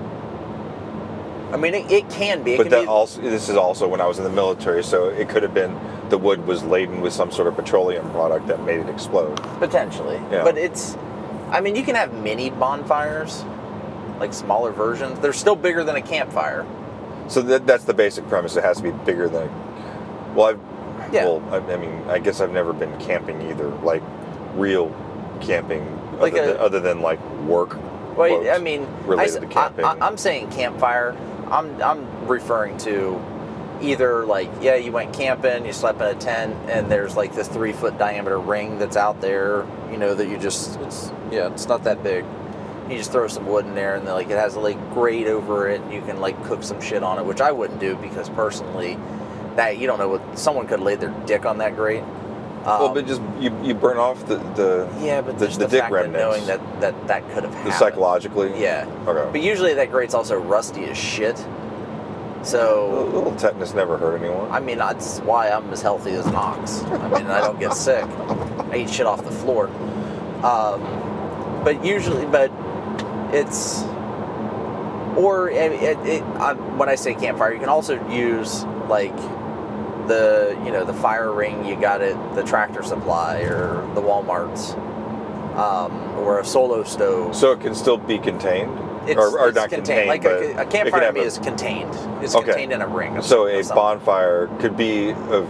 C: I mean, it, it can be. It
B: But
C: can
B: that
C: be,
B: also, this is also when I was in the military, so it could have been the wood was laden with some sort of petroleum product that made it explode.
C: Potentially.
B: Yeah.
C: But it's, I mean, you can have mini bonfires, like smaller versions. They're still bigger than a campfire.
B: So that, that's the basic premise. It has to be bigger than. Well, I've.
C: Yeah.
B: Well, I, I mean, I guess I've never been camping either, like real camping,
C: Like
B: other,
C: a-
B: than, other than like work.
C: Well,
B: quotes.
C: I mean, I,
B: related to camping.
C: am saying campfire. I'm I'm referring to either like yeah, you went camping, you slept in a tent, and there's like this three foot diameter ring that's out there. You know that you just it's yeah, it's not that big. You just throw some wood in there, and then, like it has a like grate over it, and you can like cook some shit on it, which I wouldn't do because personally, that you don't know what someone could lay their dick on that grate. Um,
B: well, but just you, you burn off the the,
C: yeah, but
B: the-
C: there's
B: the
C: the,
B: dick
C: fact
B: remnants.
C: that knowing that that that could have
B: the
C: happened.
B: psychologically.
C: Yeah.
B: Okay.
C: But usually that grate's also rusty as shit.
B: A
C: So,
B: little tetanus never hurt anyone.
C: I mean, that's why I'm as healthy as an ox. I mean, I don't get sick. I eat shit off the floor. Um, but usually, but it's. Or it, it, it, I, when I say campfire, you can also use like the you know the fire ring you got at the tractor supply or the WalMarts, um, or a solo stove
B: so it can still be contained,
C: it's,
B: or, or
C: it's
B: not
C: contained.
B: contained.
C: Like
B: but
C: a- a,
B: it could
C: campfire to
B: have
C: me
B: a-
C: is contained. It's
B: Okay.
C: contained in a ring. Of,
B: So
C: of
B: a
C: something.
B: bonfire could be of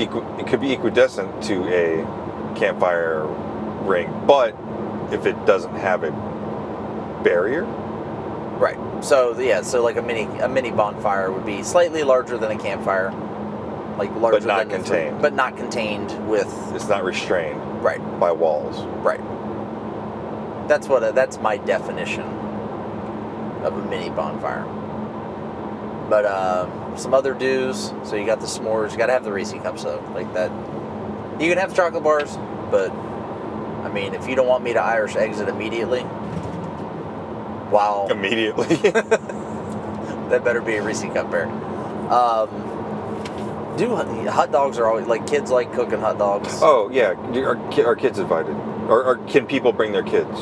B: equi- it could be equidistant to a campfire ring, but if it doesn't have a barrier,
C: right? So yeah, so like a mini a mini bonfire would be slightly larger than a campfire, like larger
B: not
C: than the three-
B: contained.
C: but not contained with
B: it's not restrained
C: right,
B: by walls.
C: right. That's what a, that's my definition of a mini bonfire. But uh, some other dues. So you got the s'mores. You got to have the Reese cups though, like that. You can have chocolate bars, but I mean, if you don't want me to Irish exit immediately, wow,
B: Immediately,
C: that better be a Reese cup bear. Um, do hot dogs are always like kids like cooking hot dogs.
B: oh yeah, do- are, ki- are kids invited, or, or can people bring their kids,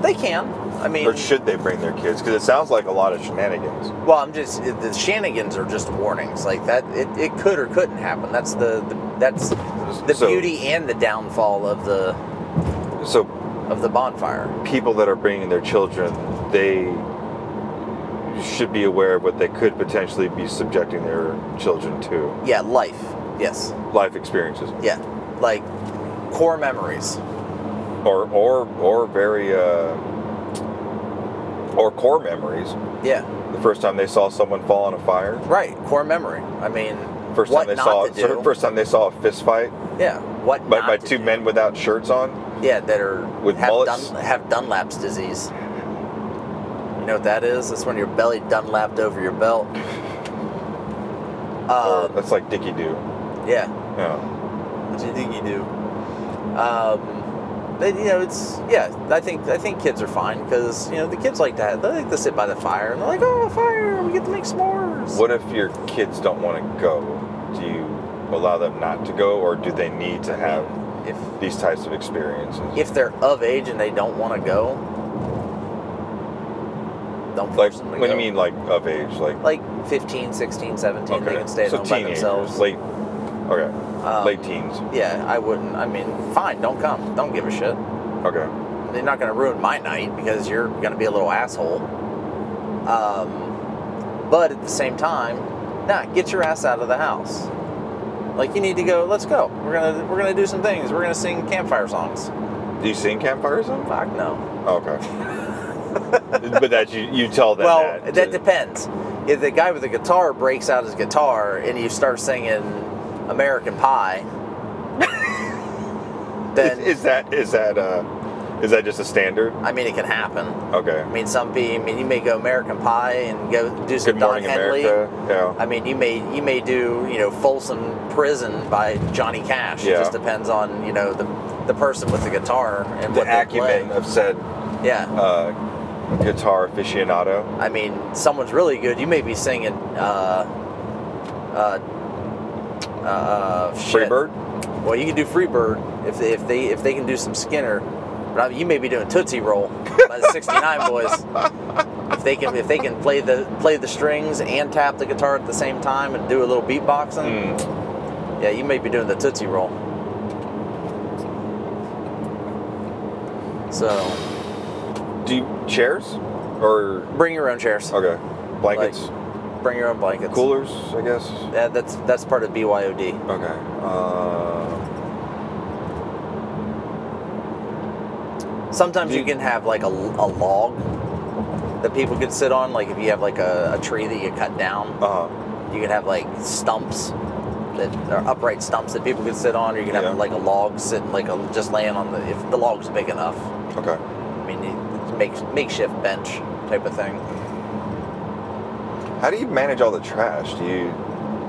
C: They can. I mean,
B: or should they bring their kids? Because it sounds like a lot of shenanigans.
C: Well, I'm just it- the shenanigans are just warnings like that. It, it could or couldn't happen. That's the, the that's the
B: So-
C: beauty and the downfall of the
B: So
C: of the bonfire.
B: people that are bringing their children, they should be aware of what they could potentially be subjecting their children to
C: Yeah, life. Yes.
B: life experiences
C: Yeah. Like core memories.
B: or or or very uh, or core memories
C: Yeah.
B: the first time they saw someone fall on a fire
C: Right. Core memory. I mean,
B: first
C: what
B: time they
C: not
B: saw
C: to do.
B: first time they saw a fist fight
C: yeah. What
B: by,
C: not
B: by
C: to
B: two
C: do.
B: men without shirts on
C: Yeah, that are
B: With
C: have,
B: mullets?
C: Dun, have Dunlap's disease. You know what that is? That's when your belly Dunlapped over your belt.
B: Or
C: Um,
B: that's like Dickie Doo.
C: yeah.
B: Yeah.
C: What do you think you do? Um, but you know, it's yeah. I think I think kids are fine because you know the kids like that. They like to sit by the fire and they're like, oh, fire! We get to make s'mores.
B: What if your kids don't want to go? Do you allow them not to go, or do they need to have
C: if
B: these types of experiences?
C: if they're of age and they don't want to go? Don't
B: like,
C: force them to
B: what do you
C: go.
B: mean, like of age? Like,
C: Like 15, 16, 17, they can stay at
B: so
C: home by
B: teenagers,
C: themselves.
B: late, okay,
C: Um,
B: late teens.
C: Yeah, I wouldn't. I mean, fine, don't come. Don't give a shit.
B: Okay,
C: They're not going to ruin my night because you're going to be a little asshole. Um, but at the same time, nah, get your ass out of the house. Like you need to go. Let's go. We're gonna we're gonna do some things. We're gonna sing campfire songs.
B: do you sing campfires? Then?
C: Fuck no.
B: Oh, okay, but that you you tell them.
C: well,
B: that,
C: that,
B: to-
C: depends. If the guy with the guitar breaks out his guitar and you start singing American Pie, then
B: Is, is that is that uh, is that just a standard?
C: I mean it can happen.
B: Okay.
C: I mean, some be. I mean, you may go American Pie and go do some
B: Good
C: Don
B: Morning
C: Henley.
B: America. Yeah.
C: I mean, you may you may do you know Folsom Prison by Johnny Cash. It
B: Yeah.
C: just depends on you know the the person with the guitar and
B: the
C: what they play.
B: acumen of said
C: Yeah,
B: uh, guitar aficionado.
C: I mean, someone's really good. You may be singing. Uh, uh, uh, shit.
B: Freebird.
C: Well, you can do Freebird if they, if they if they can do some Skinner. But I mean, you may be doing Tootsie Roll by the '69 Boys. If they can if they can play the play the strings and tap the guitar at the same time and do a little beatboxing,
B: Mm.
C: yeah, you may be doing the Tootsie Roll. So
B: Do you chairs or
C: bring your own chairs.
B: okay blankets,
C: Bring your own blankets.
B: coolers? I guess.
C: Yeah, that's that's part of BYOD.
B: Okay. Uh,
C: Sometimes
B: Do
C: you
B: you-
C: can have like a, a log that people could sit on. Like if you have like a, a tree that you cut down,
B: uh,
C: you can have like stumps that are upright stumps that people could sit on, or you can have
B: Yeah.
C: like a log sitting like a, just laying on the if the log's big enough.
B: okay.
C: I mean, it's make, makeshift bench type of thing.
B: How do you manage all the trash? Do you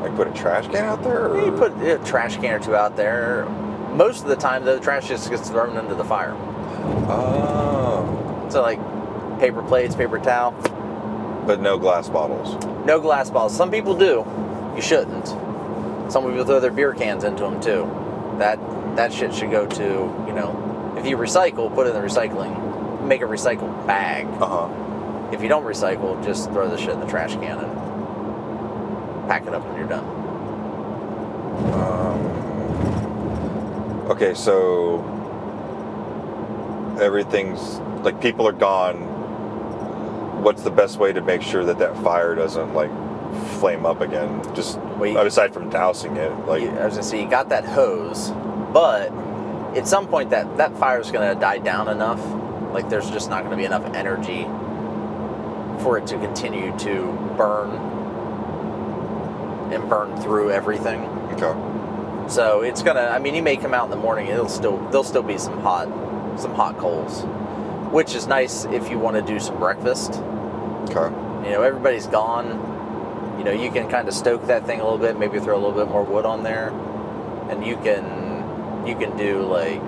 B: like put a trash can out there? Or?
C: You put a trash can or two out there. Most of the time, though, the trash just gets thrown into the fire.
B: Oh.
C: So like paper plates, paper towel,
B: But no glass bottles.
C: No glass bottles. Some people do. You shouldn't. Some people throw their beer cans into them too. That that shit should go to you know. If you recycle, put it in the recycling. Make a recycle bag.
B: Uh huh.
C: If you don't recycle, just throw the shit in the trash can and pack it up when you're done.
B: Um, okay, so everything's like people are gone. What's the best way to make sure that that fire doesn't like flame up again? Just
C: Wait.
B: aside from dousing it, like
C: You- I was gonna say you got that hose, but at some point that that fire's gonna die down enough. Like there's just not gonna be enough energy for it to continue to burn and burn through everything.
B: okay,
C: So it's gonna. I mean, you may come out in the morning. It'll still. There'll still be some hot, some hot coals, which is nice if you want to do some breakfast.
B: okay,
C: You know, everybody's gone. You know, you can kind of stoke that thing a little bit. Maybe throw a little bit more wood on there, and you can you can do like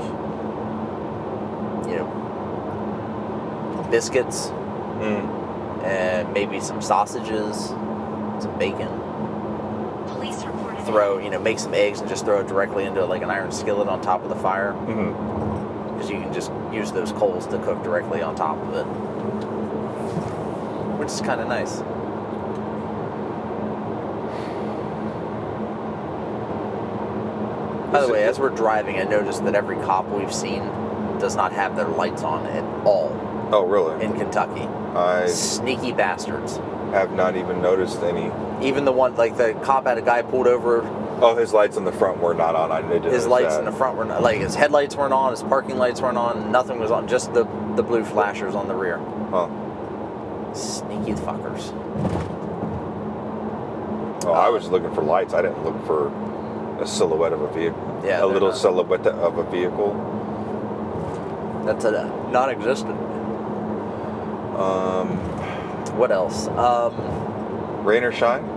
C: you know biscuits
B: mm,
C: and maybe some sausages, some bacon.
D: Police reported.
C: Throw you know make some eggs and just throw it directly into like an iron skillet on top of the fire.
B: mhm.
C: because you can just use those coals to cook directly on top of it, which is kind of nice. By the way, as we're driving, I noticed that every cop we've seen does not have their lights on at all
B: Oh, really?
C: in Kentucky.
B: I
C: Sneaky bastards.
B: have not even noticed any.
C: Even the one, like the cop had a guy pulled over,
B: Oh, his lights in the front were not on. I did
C: his lights in the
B: front.
C: front were not, like his headlights weren't on, his parking lights weren't on, nothing was on, just the, the blue flashers on the rear.
B: Huh.
C: Sneaky fuckers.
B: Oh, I was looking for lights. I didn't look for a silhouette of a vehicle. a
C: Yeah, they're
B: little
C: not-
B: silhouette of a vehicle.
C: That's a non-existent.
B: Um,
C: What else? Um,
B: rain or shine?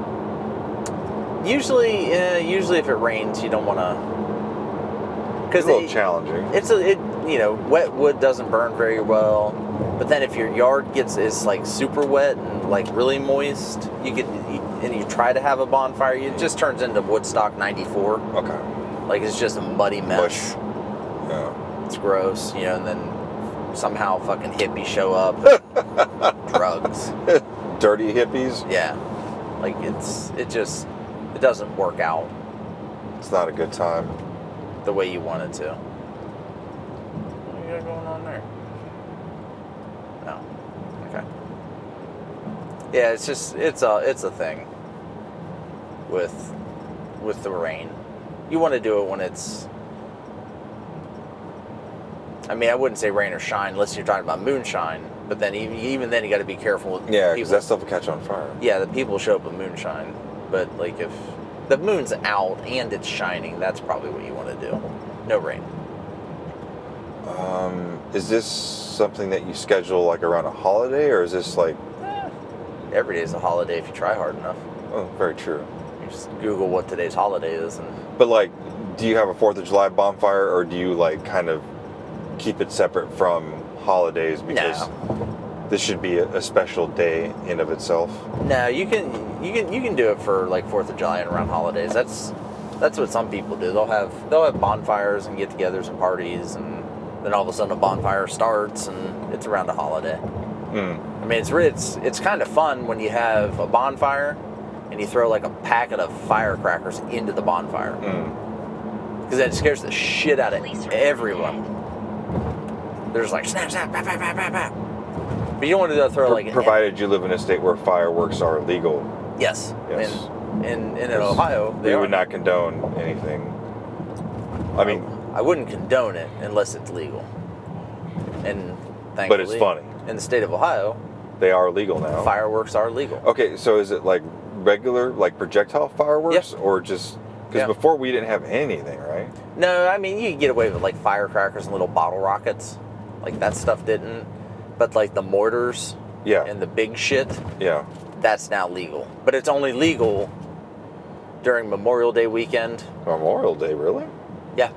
C: usually, uh, usually if it rains, you don't want to.
B: It's
C: Because
B: a little challenging.
C: it's a it you know wet wood doesn't burn very well but then if your yard gets is like super wet and like really moist you could and you try to have a bonfire it just turns into woodstock 94
B: Okay.
C: like it's just a muddy mess
B: Yeah.
C: it's gross you know and then somehow fucking hippies show up drugs
B: Dirty hippies.
C: yeah like it's it just it doesn't work out
B: It's not a good time.
C: the way you want it to what you got going on there No. Okay. Yeah, it's just it's a it's a thing with with the rain. You want to do it when it's. I mean, I wouldn't say rain or shine unless you're talking about moonshine. But then even even then, you got to be careful. With
B: Yeah, because
C: people.
B: that stuff will catch on fire.
C: yeah, the people show up with moonshine. But like if the moon's out and it's shining, that's probably what you want to do. No rain.
B: Um, is this something that you schedule like around a holiday, or is this like?
C: Every day is a holiday if you try hard enough.
B: Oh, very true.
C: You just Google what today's holiday is and
B: But like, do you have a Fourth of July bonfire, or do you like kind of keep it separate from holidays because this should be a, a special day in of itself?
C: No, you can you can you can do it for like Fourth of July and around holidays. That's that's what some people do. They'll have they'll have bonfires and get-togethers and parties, and then all of a sudden a bonfire starts and it's around a holiday.
B: Mm.
C: I mean, it's re- it's it's kind of fun when you have a bonfire and you throw like a packet of firecrackers into the bonfire
B: Mm.
C: because that scares the shit out of
D: Police report
C: everyone.
D: dead.
C: There's like snap snap, bap, bap, bap, bap, bap. but you don't want to throw like an-
B: provided you live in a state where fireworks are illegal,
C: yes,
B: Yes.
C: In, in in Ohio
B: we
C: they
B: would
C: are.
B: not condone anything. I mean,
C: I wouldn't condone it unless it's legal. And thankfully,
B: But it's funny.
C: In the state of Ohio,
B: they are legal now.
C: fireworks are legal.
B: Okay, so is it like regular, like projectile fireworks, or just because
C: Yeah.
B: before we didn't have anything, right?
C: No, I mean you can get away with like firecrackers and little bottle rockets, like that stuff didn't. But like the mortars
B: Yeah,
C: and the big shit,
B: yeah,
C: that's now legal. But it's only legal during Memorial Day weekend.
B: Memorial Day, really?
C: Yeah.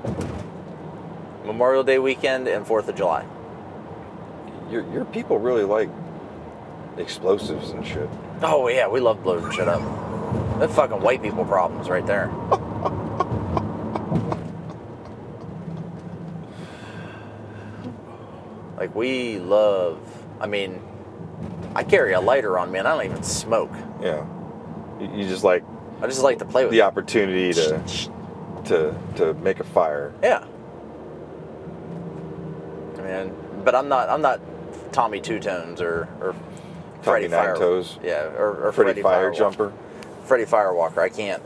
C: Memorial Day weekend and Fourth of July.
B: Your your people really like explosives and shit.
C: Oh yeah, we love blowing shit up. That fucking white people problems right there. like we love. I mean, I carry a lighter on me, and I don't even smoke.
B: Yeah, you, you just like
C: I just like to play with.
B: the
C: it.
B: opportunity to to to make a fire.
C: Yeah. I mean, but I'm not. I'm not Tommy Two Tones or or Freddy
B: Nine
C: Fire.
B: Toes.
C: Yeah, or, or
B: Pretty
C: Freddy,
B: fire
C: Firewalker.
B: jumper.
C: Freddy Firewalker. I can't.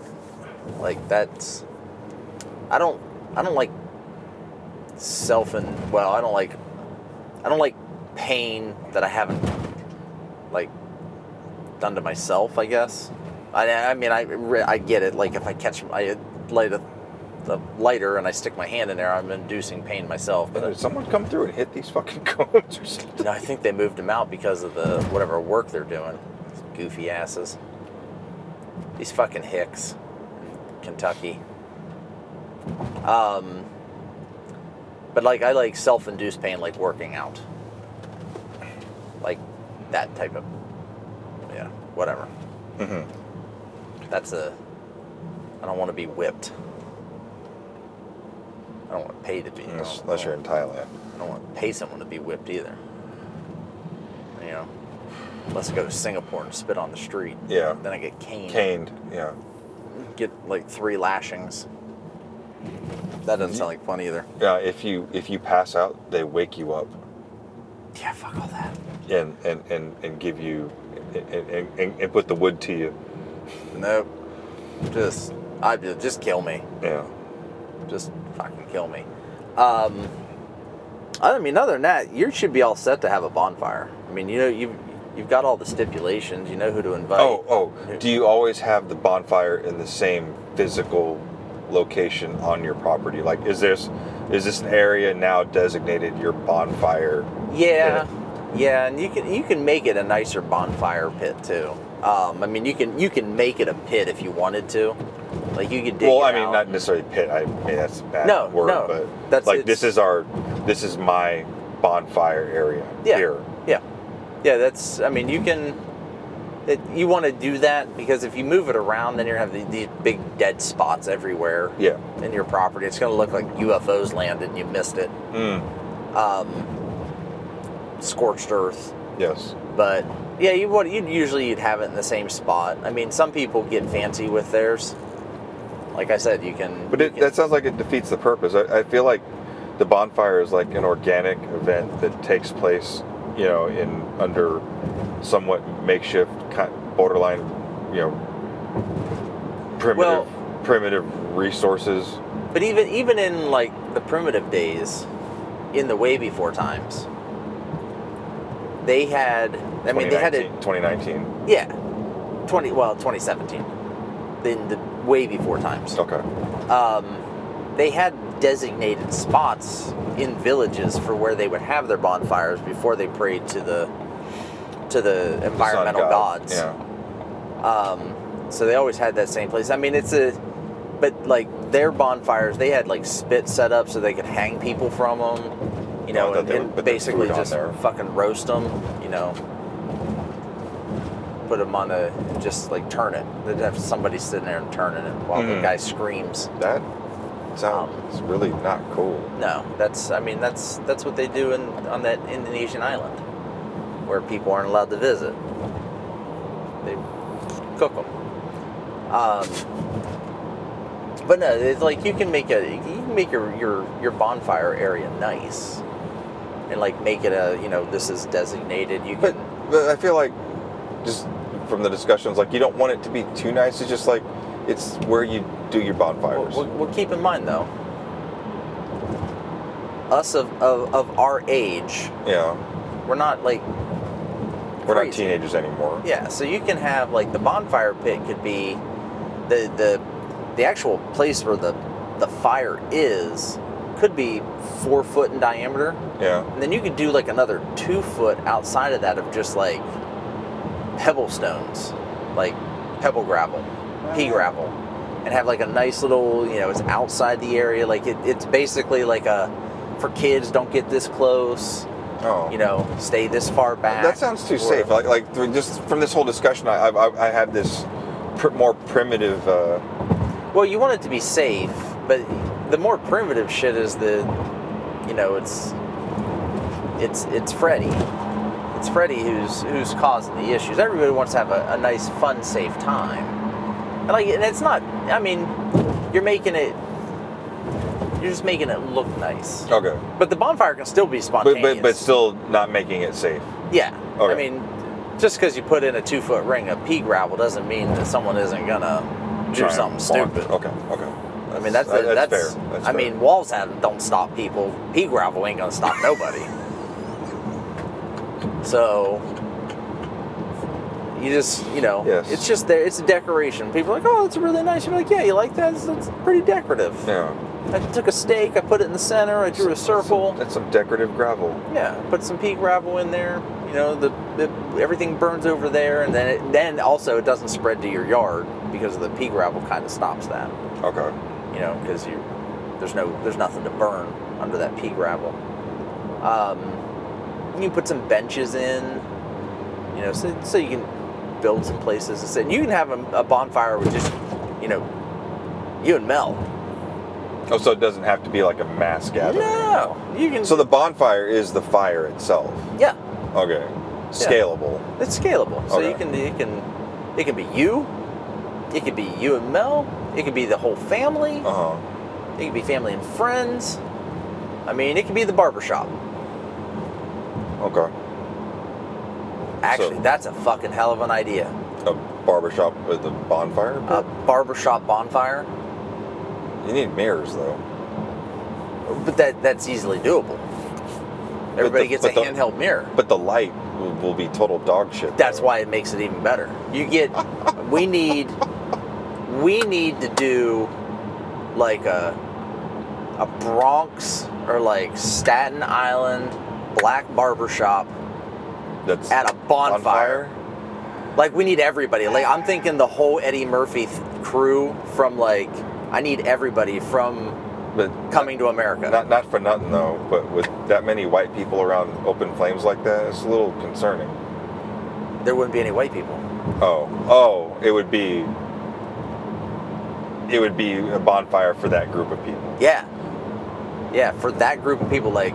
C: Like that's. I don't. I don't like self and well. I don't like. I don't like pain that I haven't like done to myself. I guess. I, I mean, I re- I get it. Like if I catch I light a, the lighter and I stick my hand in there, I'm inducing pain myself. But
B: Did someone come through and hit these fucking cones or something?
C: no, I think they moved him out because of the whatever work they're doing. These goofy asses. These fucking hicks in Kentucky. Um, but like I like self-induced pain, like working out, like that type of yeah, whatever.
B: Mm-hmm.
C: That's a. I don't want to be whipped. I don't want to pay to be. I don't-
B: Unless, unless you're in Thailand.
C: I don't want to pay someone to be whipped either. You know, unless I go to Singapore and spit on the street.
B: Yeah.
C: Then I get caned.
B: Caned. Yeah.
C: Get like three lashings. That doesn't sound like fun either.
B: Yeah. If you if you pass out, they wake you up.
C: Yeah, fuck all that.
B: and and and, and give you and, and, and, and put the wood to you.
C: Nope. Just, I just kill me.
B: Yeah.
C: Just fucking kill me. Um, I mean, other than that, you should be all set to have a bonfire. I mean, you know, you've you've got all the stipulations. You know who to invite.
B: Oh oh. Do you always have the bonfire in the same physical location on your property? Like, is this is this an area now designated your bonfire?
C: Yeah, yeah, and you can you can make it a nicer bonfire pit too. Um, I mean, you can you can make it a pit if you wanted to. Like you could dig.
B: well,
C: it
B: I mean,
C: out.
B: not necessarily pit. I mean, that's a bad
C: No,
B: word,
C: no,
B: but
C: that's-
B: like
C: it's-
B: this is our, this is my bonfire area
C: Yeah.
B: here.
C: Yeah, yeah. That's. I mean, you can. It, you want to do that because if you move it around, then you're gonna have these, these big dead spots everywhere
B: Yeah.
C: in your property. It's going to look like UFOs landed and you missed it.
B: Mm.
C: Um, scorched earth.
B: Yes.
C: But yeah, you would you'd usually you'd have it in the same spot. I mean, some people get fancy with theirs. Like I said, you can.
B: But
C: you
B: it,
C: can-
B: that sounds like it defeats the purpose. I, I feel like the bonfire is like an organic event that takes place, you know, in under somewhat makeshift, ki- borderline, you know, primitive,
C: Well-
B: primitive resources.
C: But even even in like the primitive days, in the way before times, they had. I mean, they had it.
B: 2019.
C: Yeah, twenty. Well, twenty seventeen. In the way before times,
B: Okay.
C: um, they had designated spots in villages for where they would have their bonfires before they prayed to the to the
B: The sun
C: environmental
B: god.
C: gods.
B: Yeah.
C: Um, so they always had that same place. I mean, it's a, but like their bonfires, they had like spit set up so they could hang people from them, you
B: Oh, I
C: know,
B: thought
C: and,
B: they would
C: and
B: put their
C: basically
B: food on
C: just
B: there.
C: fucking roast them, you know, put them on a, just like turn it. They'd have somebody sitting there and turning it while the
B: Mhm.
C: guy screams.
B: That sounds
C: Um,
B: really not cool.
C: No, that's, I mean, that's, that's what they do in, on that Indonesian island where people aren't allowed to visit. They cook them. Um, but no, it's like you can make a you can make your your your bonfire area nice, and like make it a you know this is designated. You
B: But,
C: can
B: but I feel like just from the discussions, like you don't want it to be too nice. It's just like it's where you do your
C: well,
B: bonfires.
C: well, well, keep in mind though, us of, of of our age,
B: yeah,
C: we're not like
B: we're not
C: Crazy.
B: teenagers anymore.
C: Yeah, so you can have like the bonfire pit could be the the the actual place where the the fire is could be four foot in diameter,
B: Yeah.
C: and then you could do like another two foot outside of that of just like pebble stones, like pebble gravel, pea
B: Uh-huh.
C: gravel, and have like a nice little you know it's outside the area like it, it's basically like a for kids don't get this close
B: Oh.
C: you know stay this far back
B: that sounds too
C: or-
B: safe. Like, like th- just from this whole discussion, I, I, I- I had this pr- more primitive. Uh,
C: Well, you want it to be safe, but the more primitive shit is the, you know, it's, it's it's Freddy, it's Freddy who's who's causing the issues. Everybody wants to have a, a nice, fun, safe time, and like, and it's not. I mean, you're making it, you're just making it look nice.
B: okay.
C: But the bonfire can still be
B: But,
C: spontaneous.
B: but but still not making it safe.
C: yeah.
B: Okay.
C: I mean, just because you put in a two foot ring of pea gravel doesn't mean that someone isn't gonna do
B: Try
C: something
B: and bonk.
C: stupid.
B: Okay. Okay.
C: I mean, that's
B: that-
C: that's,
B: fair. That's
C: I
B: fair.
C: mean, walls have, don't stop people. Pea gravel ain't gonna stop nobody. So you just you know,
B: Yes.
C: it's just there. It's a decoration. People are like, oh, it's really nice. You're like, yeah, you like that? It's, it's pretty decorative.
B: yeah.
C: I took a stake, I put it in the center, I drew a circle.
B: That's some decorative gravel.
C: Yeah, put some pea gravel in there. You know, the, the everything burns over there, and then it, then also it doesn't spread to your yard because the pea gravel kind of stops that
B: Okay.
C: you know, because you there's no there's nothing to burn under that pea gravel. Um, you can put some benches in, you know, so, so you can build some places to sit. And you can have a, a bonfire with just, you know, you and Mel.
B: Oh, so it doesn't have to be like a mass gathering.
C: No, you can.
B: So the bonfire is the fire itself.
C: yeah,
B: Okay. Scalable.
C: it's scalable. So you
B: Okay.
C: can you can it can be you, it could be you and Mel, it could be the whole family,
B: Uh huh.
C: it could be family and friends. I mean, it could be the barber shop.
B: Okay.
C: Actually,
B: So-
C: that's a fucking hell of an idea.
B: A barbershop with a bonfire.
C: A barbershop bonfire,
B: you need mirrors though.
C: but that that's easily doable. Everybody
B: the-
C: gets a
B: but the-
C: handheld mirror.
B: But the light will, will be total dog shit.
C: That's
B: though.
C: why it makes it even better. You get we need we need to do like a a Bronx or like Staten Island black barbershop
B: That's
C: at a bonfire. Like we need everybody. Like I'm thinking the whole Eddie Murphy th- crew from like I need everybody from
B: But
C: Coming to America.
B: not not for nothing though. But with that many white people around open flames like that, it's a little concerning.
C: there wouldn't be any white people.
B: Oh, oh, it would be. It would be a bonfire for that group of people.
C: Yeah. Yeah, for that group of people, like,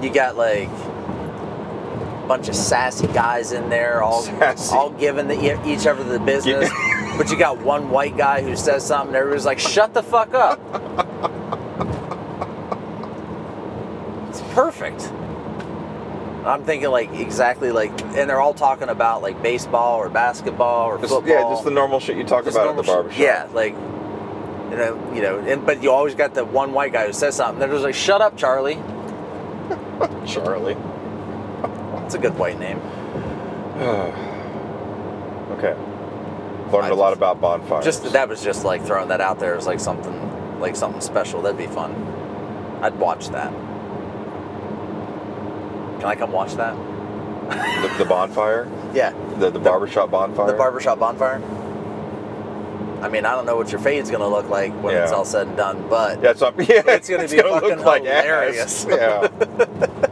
C: you got like a bunch of sassy guys in there, all
B: Sassy.
C: all giving the, e- each other the business. but you got one white guy who says something, and everybody's like, shut the fuck up. it's perfect. And I'm thinking like exactly like, and they're all talking about like baseball or basketball or
B: Just,
C: football.
B: yeah, just the normal shit you talk
C: Just
B: about at the
C: normal
B: barbershop.
C: shit. Yeah, like you know, you know, and but you always got the one white guy who says something. They're just like, "Shut up, Charlie."
B: Charlie.
C: It's a good white name.
B: Okay. Learned a lot about bonfires.
C: Just that was just like throwing that out there as like something like something special. That'd be fun. I'd watch that. Can I come watch that?
B: the, the bonfire,
C: Yeah,
B: the, the barbershop bonfire.
C: the barbershop bonfire. I mean, I don't know what your fade's gonna look like when it's
B: Yeah.
C: all said and done, but
B: That's what, yeah,
C: It's gonna be
B: look
C: fucking
B: ass.
C: hilarious.
B: Yeah.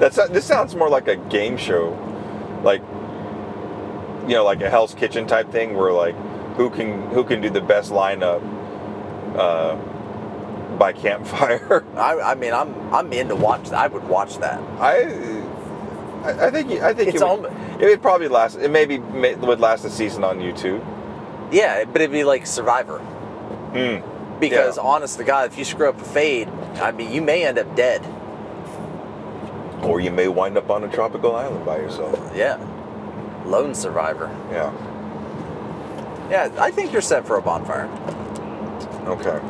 B: That's this sounds more like a game show, like you know, like a Hell's Kitchen type thing, where like who can who can do the best lineup uh, by campfire.
C: I, I mean, I'm I'm in to watch. I would watch that.
B: I, I I think I think
C: It's
B: it would,
C: almo-
B: it would probably last. It maybe may, would last a season on YouTube.
C: Yeah, but it'd be like Survivor.
B: Hmm.
C: Because
B: Yeah.
C: honest to God, if you screw up a fade, I mean, you may end up dead.
B: Or you may wind up on a tropical island by yourself.
C: Yeah, lone survivor.
B: Yeah.
C: Yeah, I think you're set for a bonfire.
B: Okay.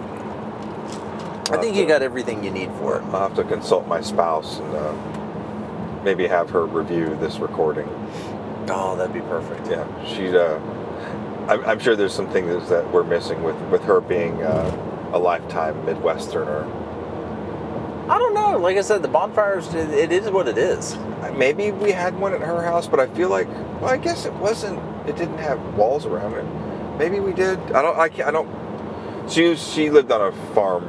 C: I think you got everything you need for it.
B: I'll have to consult my spouse and uh, maybe have her review this recording.
C: Oh, that'd be perfect.
B: Yeah, she. Uh, I'm, I'm sure there's some things that we're missing with with her being uh, a lifetime Midwesterner.
C: I don't know. Like I said, the bonfires, it, it is what it is.
B: Maybe we had one at her house, but I feel like well, I guess it wasn't. It didn't have walls around it. Maybe we did. I don't. I can't. I don't. She was, she lived on a farm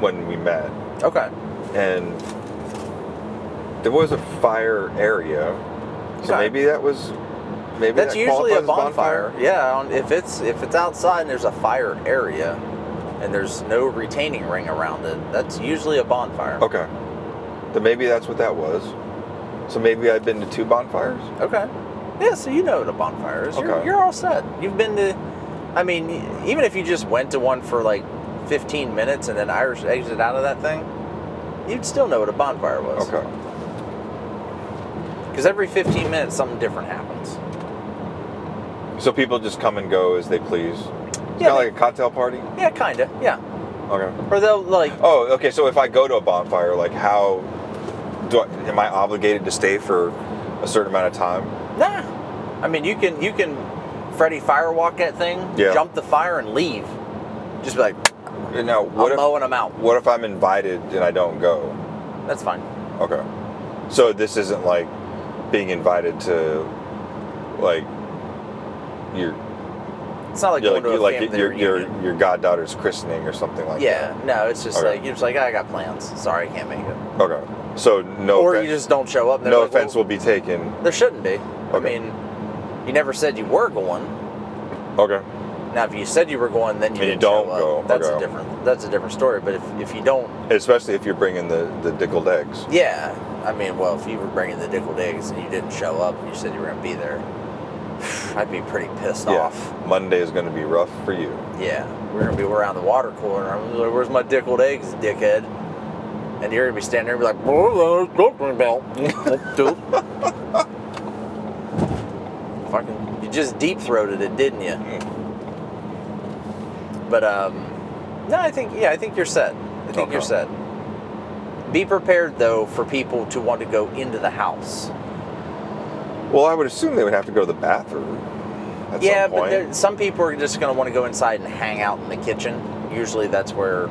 B: when we met,
C: Okay.
B: and there was a fire area. So
C: Okay.
B: maybe that was maybe
C: That's
B: that
C: usually
B: qualifies
C: a
B: as
C: bonfire. Yeah, on- if it's if it's outside and there's a fire area and there's no retaining ring around it, that's usually a bonfire.
B: Okay. Then maybe that's what that was. So maybe I've been to two bonfires.
C: Okay. Yeah, so you know what a bonfire is. You're,
B: Okay.
C: you're all set. You've been to, I mean, e, even if you just went to one for like 15 minutes and then Irish exited out of that thing, you'd still know what a bonfire was.
B: Okay.
C: Because every 15 minutes, something different happens.
B: So people just come and go as they please. It's
C: Yeah,
B: kind of
C: they-
B: like a cocktail party.
C: Yeah, kind of. Yeah.
B: Okay.
C: Or they'll like,
B: Oh, okay. So if I go to a bonfire, like how do I, am I obligated to stay for a certain amount of time?
C: nah. I mean, you can, you can Freddy firewalk that thing,
B: Yeah.
C: jump the fire and leave. Just be like,
B: And Now, what
C: I'm
B: if
C: mowing them out.
B: what if I'm invited and I don't go?
C: That's fine.
B: Okay. So this isn't like being invited to like your
C: It's not like
B: your-
C: going to a
B: like
C: family
B: your, your
C: reunion.
B: your goddaughter's christening or something like
C: yeah, no, it's just
B: Okay.
C: like, you're just like, I got plans. Sorry, I can't make it.
B: that. Okay. So no
C: or
B: offen-
C: you just don't show up. and they're
B: no
C: like,
B: offense
C: well,
B: will be taken.
C: there shouldn't be. I
B: Okay.
C: mean, you never said you were going.
B: Okay.
C: Now, if you said you were going, then you,
B: And you
C: didn't
B: don't
C: show
B: go,
C: up. That's a
B: okay.
C: different. That's a different story. But if, if you don't,
B: Especially if you're bringing the the dickled eggs.
C: yeah. I mean, well, if you were bringing the dickled eggs and you didn't show up, and you said you were going to be there. I'd be pretty pissed off.
B: Monday is going to be rough for you.
C: Yeah, we're gonna be around the water cooler. and I'm gonna be like, "Where's my dickled eggs, dickhead?" And you're gonna be standing there and be like, "Well, there's nothing about it." "Fucking, you just deep throated it, didn't you?" But um, no, I think yeah, I think you're set. I think you're
B: Okay.
C: set. Be prepared though for people to want to go into the house.
B: Well, I would assume they would have to go to the bathroom. At
C: yeah,
B: some point.
C: but there, some people are just going to want to go inside and hang out in the kitchen. Usually, that's where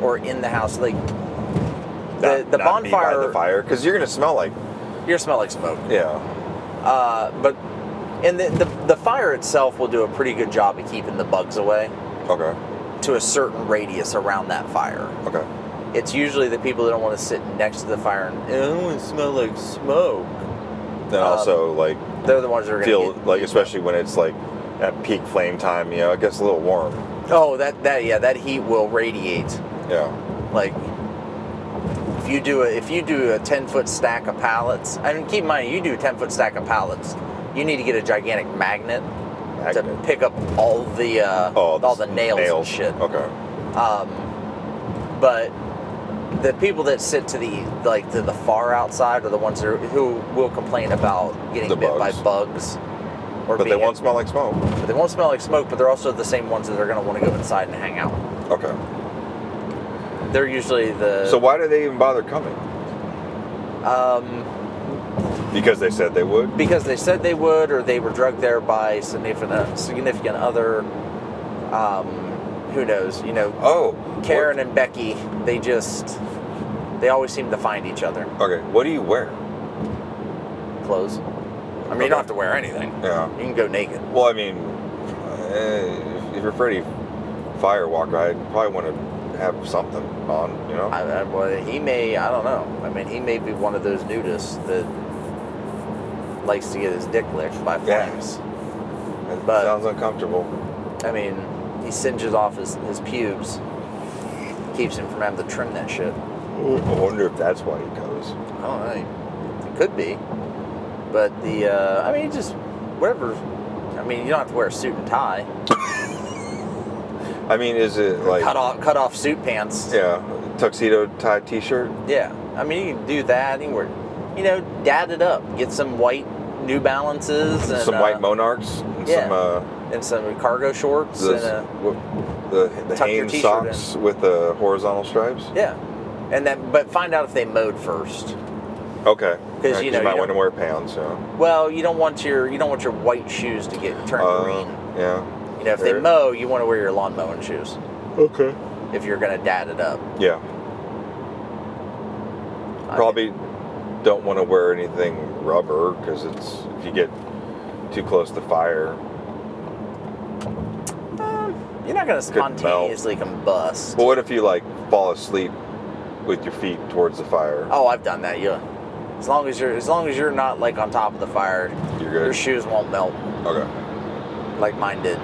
C: or in the house. Like the
B: Not-
C: the
B: not be by
C: bonfire,
B: the fire, because you're gonna smell like
C: you smell like smoke.
B: yeah,
C: Uh, but and the, the the fire itself will do a pretty good job of keeping the bugs away
B: okay,
C: to a certain radius around that fire.
B: okay,
C: It's usually the people that don't want to sit next to the fire and "Eh, I want to smell like smoke.
B: and
C: Um,
B: also like
C: They're the ones that are going
B: feel
C: to get.
B: like especially when it's like at peak flame time, you know, it gets a little warm.
C: Oh, that that yeah, that heat will radiate.
B: Yeah,
C: Like if you do a if you do a ten foot stack of pallets, I mean, keep in mind you do a ten foot stack of pallets, you need to get a gigantic magnet,
B: Magnet. Oh,
C: to pick up all the uh, all the nails, and shit.
B: Okay,
C: Um, but the people that sit to the like to the far outside are the ones that are, who will complain about getting
B: The
C: bit
B: bugs.
C: by bugs. Or
B: but they
C: being-
B: won't smell like smoke.
C: but they won't smell like smoke, but they're also the same ones that are going to want to go inside and hang out.
B: Okay,
C: They're usually the
B: so why do they even bother coming?
C: um,
B: Because they said they would.
C: because they said they would, or they were drugged there by significant uh, significant other. Um, who knows? You know,
B: Oh,
C: Karen and Becky. They just they always seem to find each other.
B: what- okay, what do you wear?
C: Clothes. I mean, you
B: Okay.
C: don't have to wear anything.
B: Yeah.
C: You can go naked.
B: Well, I mean, eh, if you're Freddy Firewalker, I'd probably want to have something on, you know?
C: I, I, well, he may. I don't know. I mean, he may be one of those nudists that likes to get his dick licked by
B: Yeah.
C: flames.
B: It
C: but-
B: sounds uncomfortable.
C: I mean, he singes off his, his pubes, keeps him from having to trim that shit.
B: I wonder if that's why he goes.
C: I don't know. It could be, but the uh, I mean, he just whatever. I mean, you don't have to wear a suit and tie.
B: I mean, is it like
C: cut off cut off suit pants.
B: yeah, tuxedo tie T-shirt?
C: Yeah. I mean, you can do that. You can wear, you know, dad it up. Get some white New Balances and
B: some
C: uh,
B: white monarchs and
C: yeah.
B: some uh,
C: and some cargo shorts
B: those-
C: and uh, a,
B: what- the the
C: Tuck your
B: Hanes
C: t-shirt
B: socks with the horizontal stripes.
C: yeah. And then, but find out if they mowed first.
B: Okay,
C: 'Cause, you
B: Yeah,
C: know,
B: you
C: you
B: might
C: don't-
B: want to wear pants. Yeah,
C: Well, you don't want your you don't want your white shoes to get turned green.
B: uh, yeah,
C: You know, if they
B: fair.
C: mow, you want to wear your lawn mowing shoes
B: okay,
C: if you're gonna dad it up.
B: yeah.
C: I-
B: Probably don't want to wear anything rubber because it's if you get too close to fire.
C: Um, you're not gonna
B: melt.
C: spontaneously combust.
B: Well, what if you like fall asleep with your feet towards the fire?
C: oh, I've done that. Yeah. As long as you're as long as you're not like on top of the fire,
B: You're
C: your
B: good.
C: shoes won't melt
B: okay.
C: like mine did.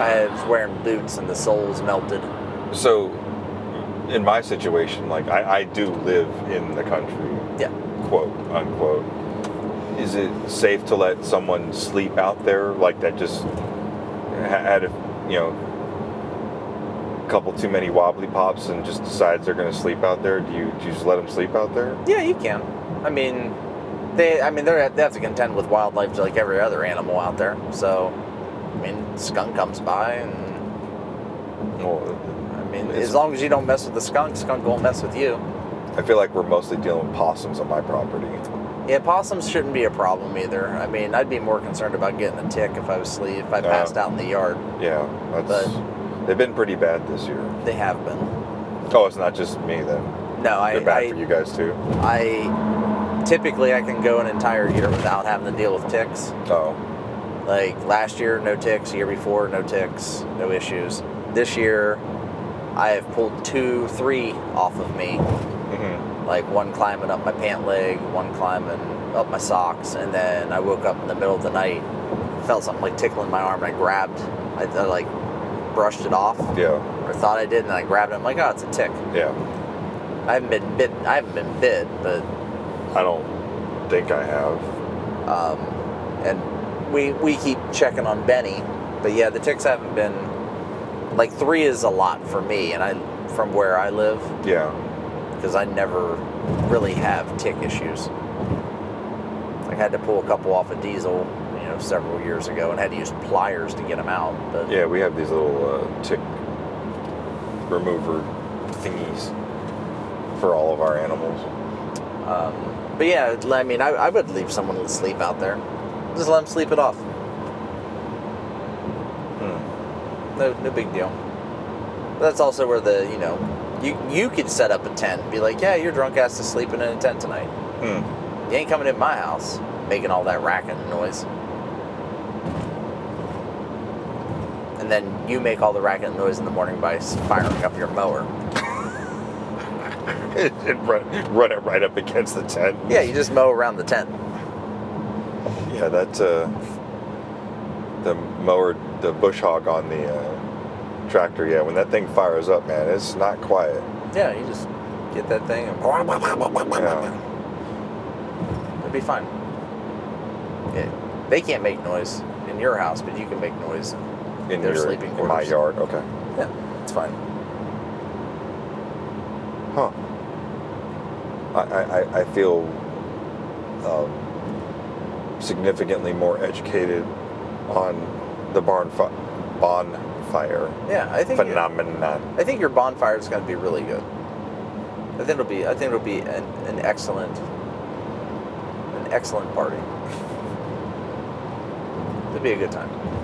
C: I was wearing boots and the soles melted.
B: So, in my situation, like I, I do live in the country,
C: Yeah.
B: quote unquote. Is it safe to let someone sleep out there like that? Just ha- had a you know couple too many wobbly pops and just decides they're going to sleep out there. Do you, do you just let them sleep out there?
C: Yeah, you can. I mean, they. I mean, they're they have to contend with wildlife like every other animal out there. So, I mean, skunk comes by, and
B: Well,
C: I mean,
B: It's-
C: as long as you don't mess with the skunk, skunk won't mess with you.
B: I feel like we're mostly dealing with possums on my property.
C: Yeah, possums shouldn't be a problem either. I mean, I'd be more concerned about getting a tick if I was sleep if I
B: Yeah.
C: passed out in the yard.
B: Yeah, that's they've been pretty bad this year.
C: They have been.
B: Oh, it's not just me then.
C: No, I
B: They're bad
C: I,
B: for you guys too.
C: I typically I can go an entire year without having to deal with ticks.
B: Oh,
C: Like last year, no ticks. The year before, no ticks, no issues. This year, I have pulled two, three off of me.
B: hmm
C: Like one climbing up my pant leg, one climbing up my socks, and then I woke up in the middle of the night, felt something like tickling my arm, and I grabbed, I, I like brushed it off,
B: yeah,
C: or thought I did, and I grabbed it. I'm like, oh, it's a tick.
B: yeah.
C: I haven't been bit. I haven't been bit, but
B: I don't think I have.
C: Um, and we we keep checking on Benny, but yeah, the ticks haven't been like three is a lot for me, and I from where I live
B: Yeah,
C: because I never really have tick issues. I had to pull a couple off of diesel, you know, several years ago, and had to use pliers to get them out. But
B: yeah. We have these little uh, tick remover thingies for all of our animals.
C: um, but yeah, I mean, I, I would leave someone to sleep out there. Just let them sleep it off.
B: Hmm.
C: No, no big deal. But that's also where the you know, you you could set up a tent, and be like, yeah, your drunk ass is sleeping in a tent tonight.
B: Hmm.
C: You ain't coming in my house making all that racket and noise. And then you make all the racket and noise in the morning by s- firing up your mower.
B: and run, run it right up against the tent.
C: Yeah, you just mow around the tent.
B: Yeah, that uh, the mower, the bush hog on the uh, tractor. Yeah, when that thing fires up, man, it's not quiet.
C: Yeah, you just get that thing and
B: Yeah.
C: it'll be fine. Yeah, they can't make noise in your house, but you can make noise.
B: In
C: They're
B: your
C: sleeping
B: in my
C: quarters.
B: yard. Okay.
C: Yeah, it's fine.
B: Huh. I I, I- I feel um, significantly more educated on the barn fi- bonfire
C: Yeah, I think
B: phenomenon.
C: I think your bonfire is going to be really good. I think it'll be. I think it'll be an, an excellent, an excellent party. It'll be a good time.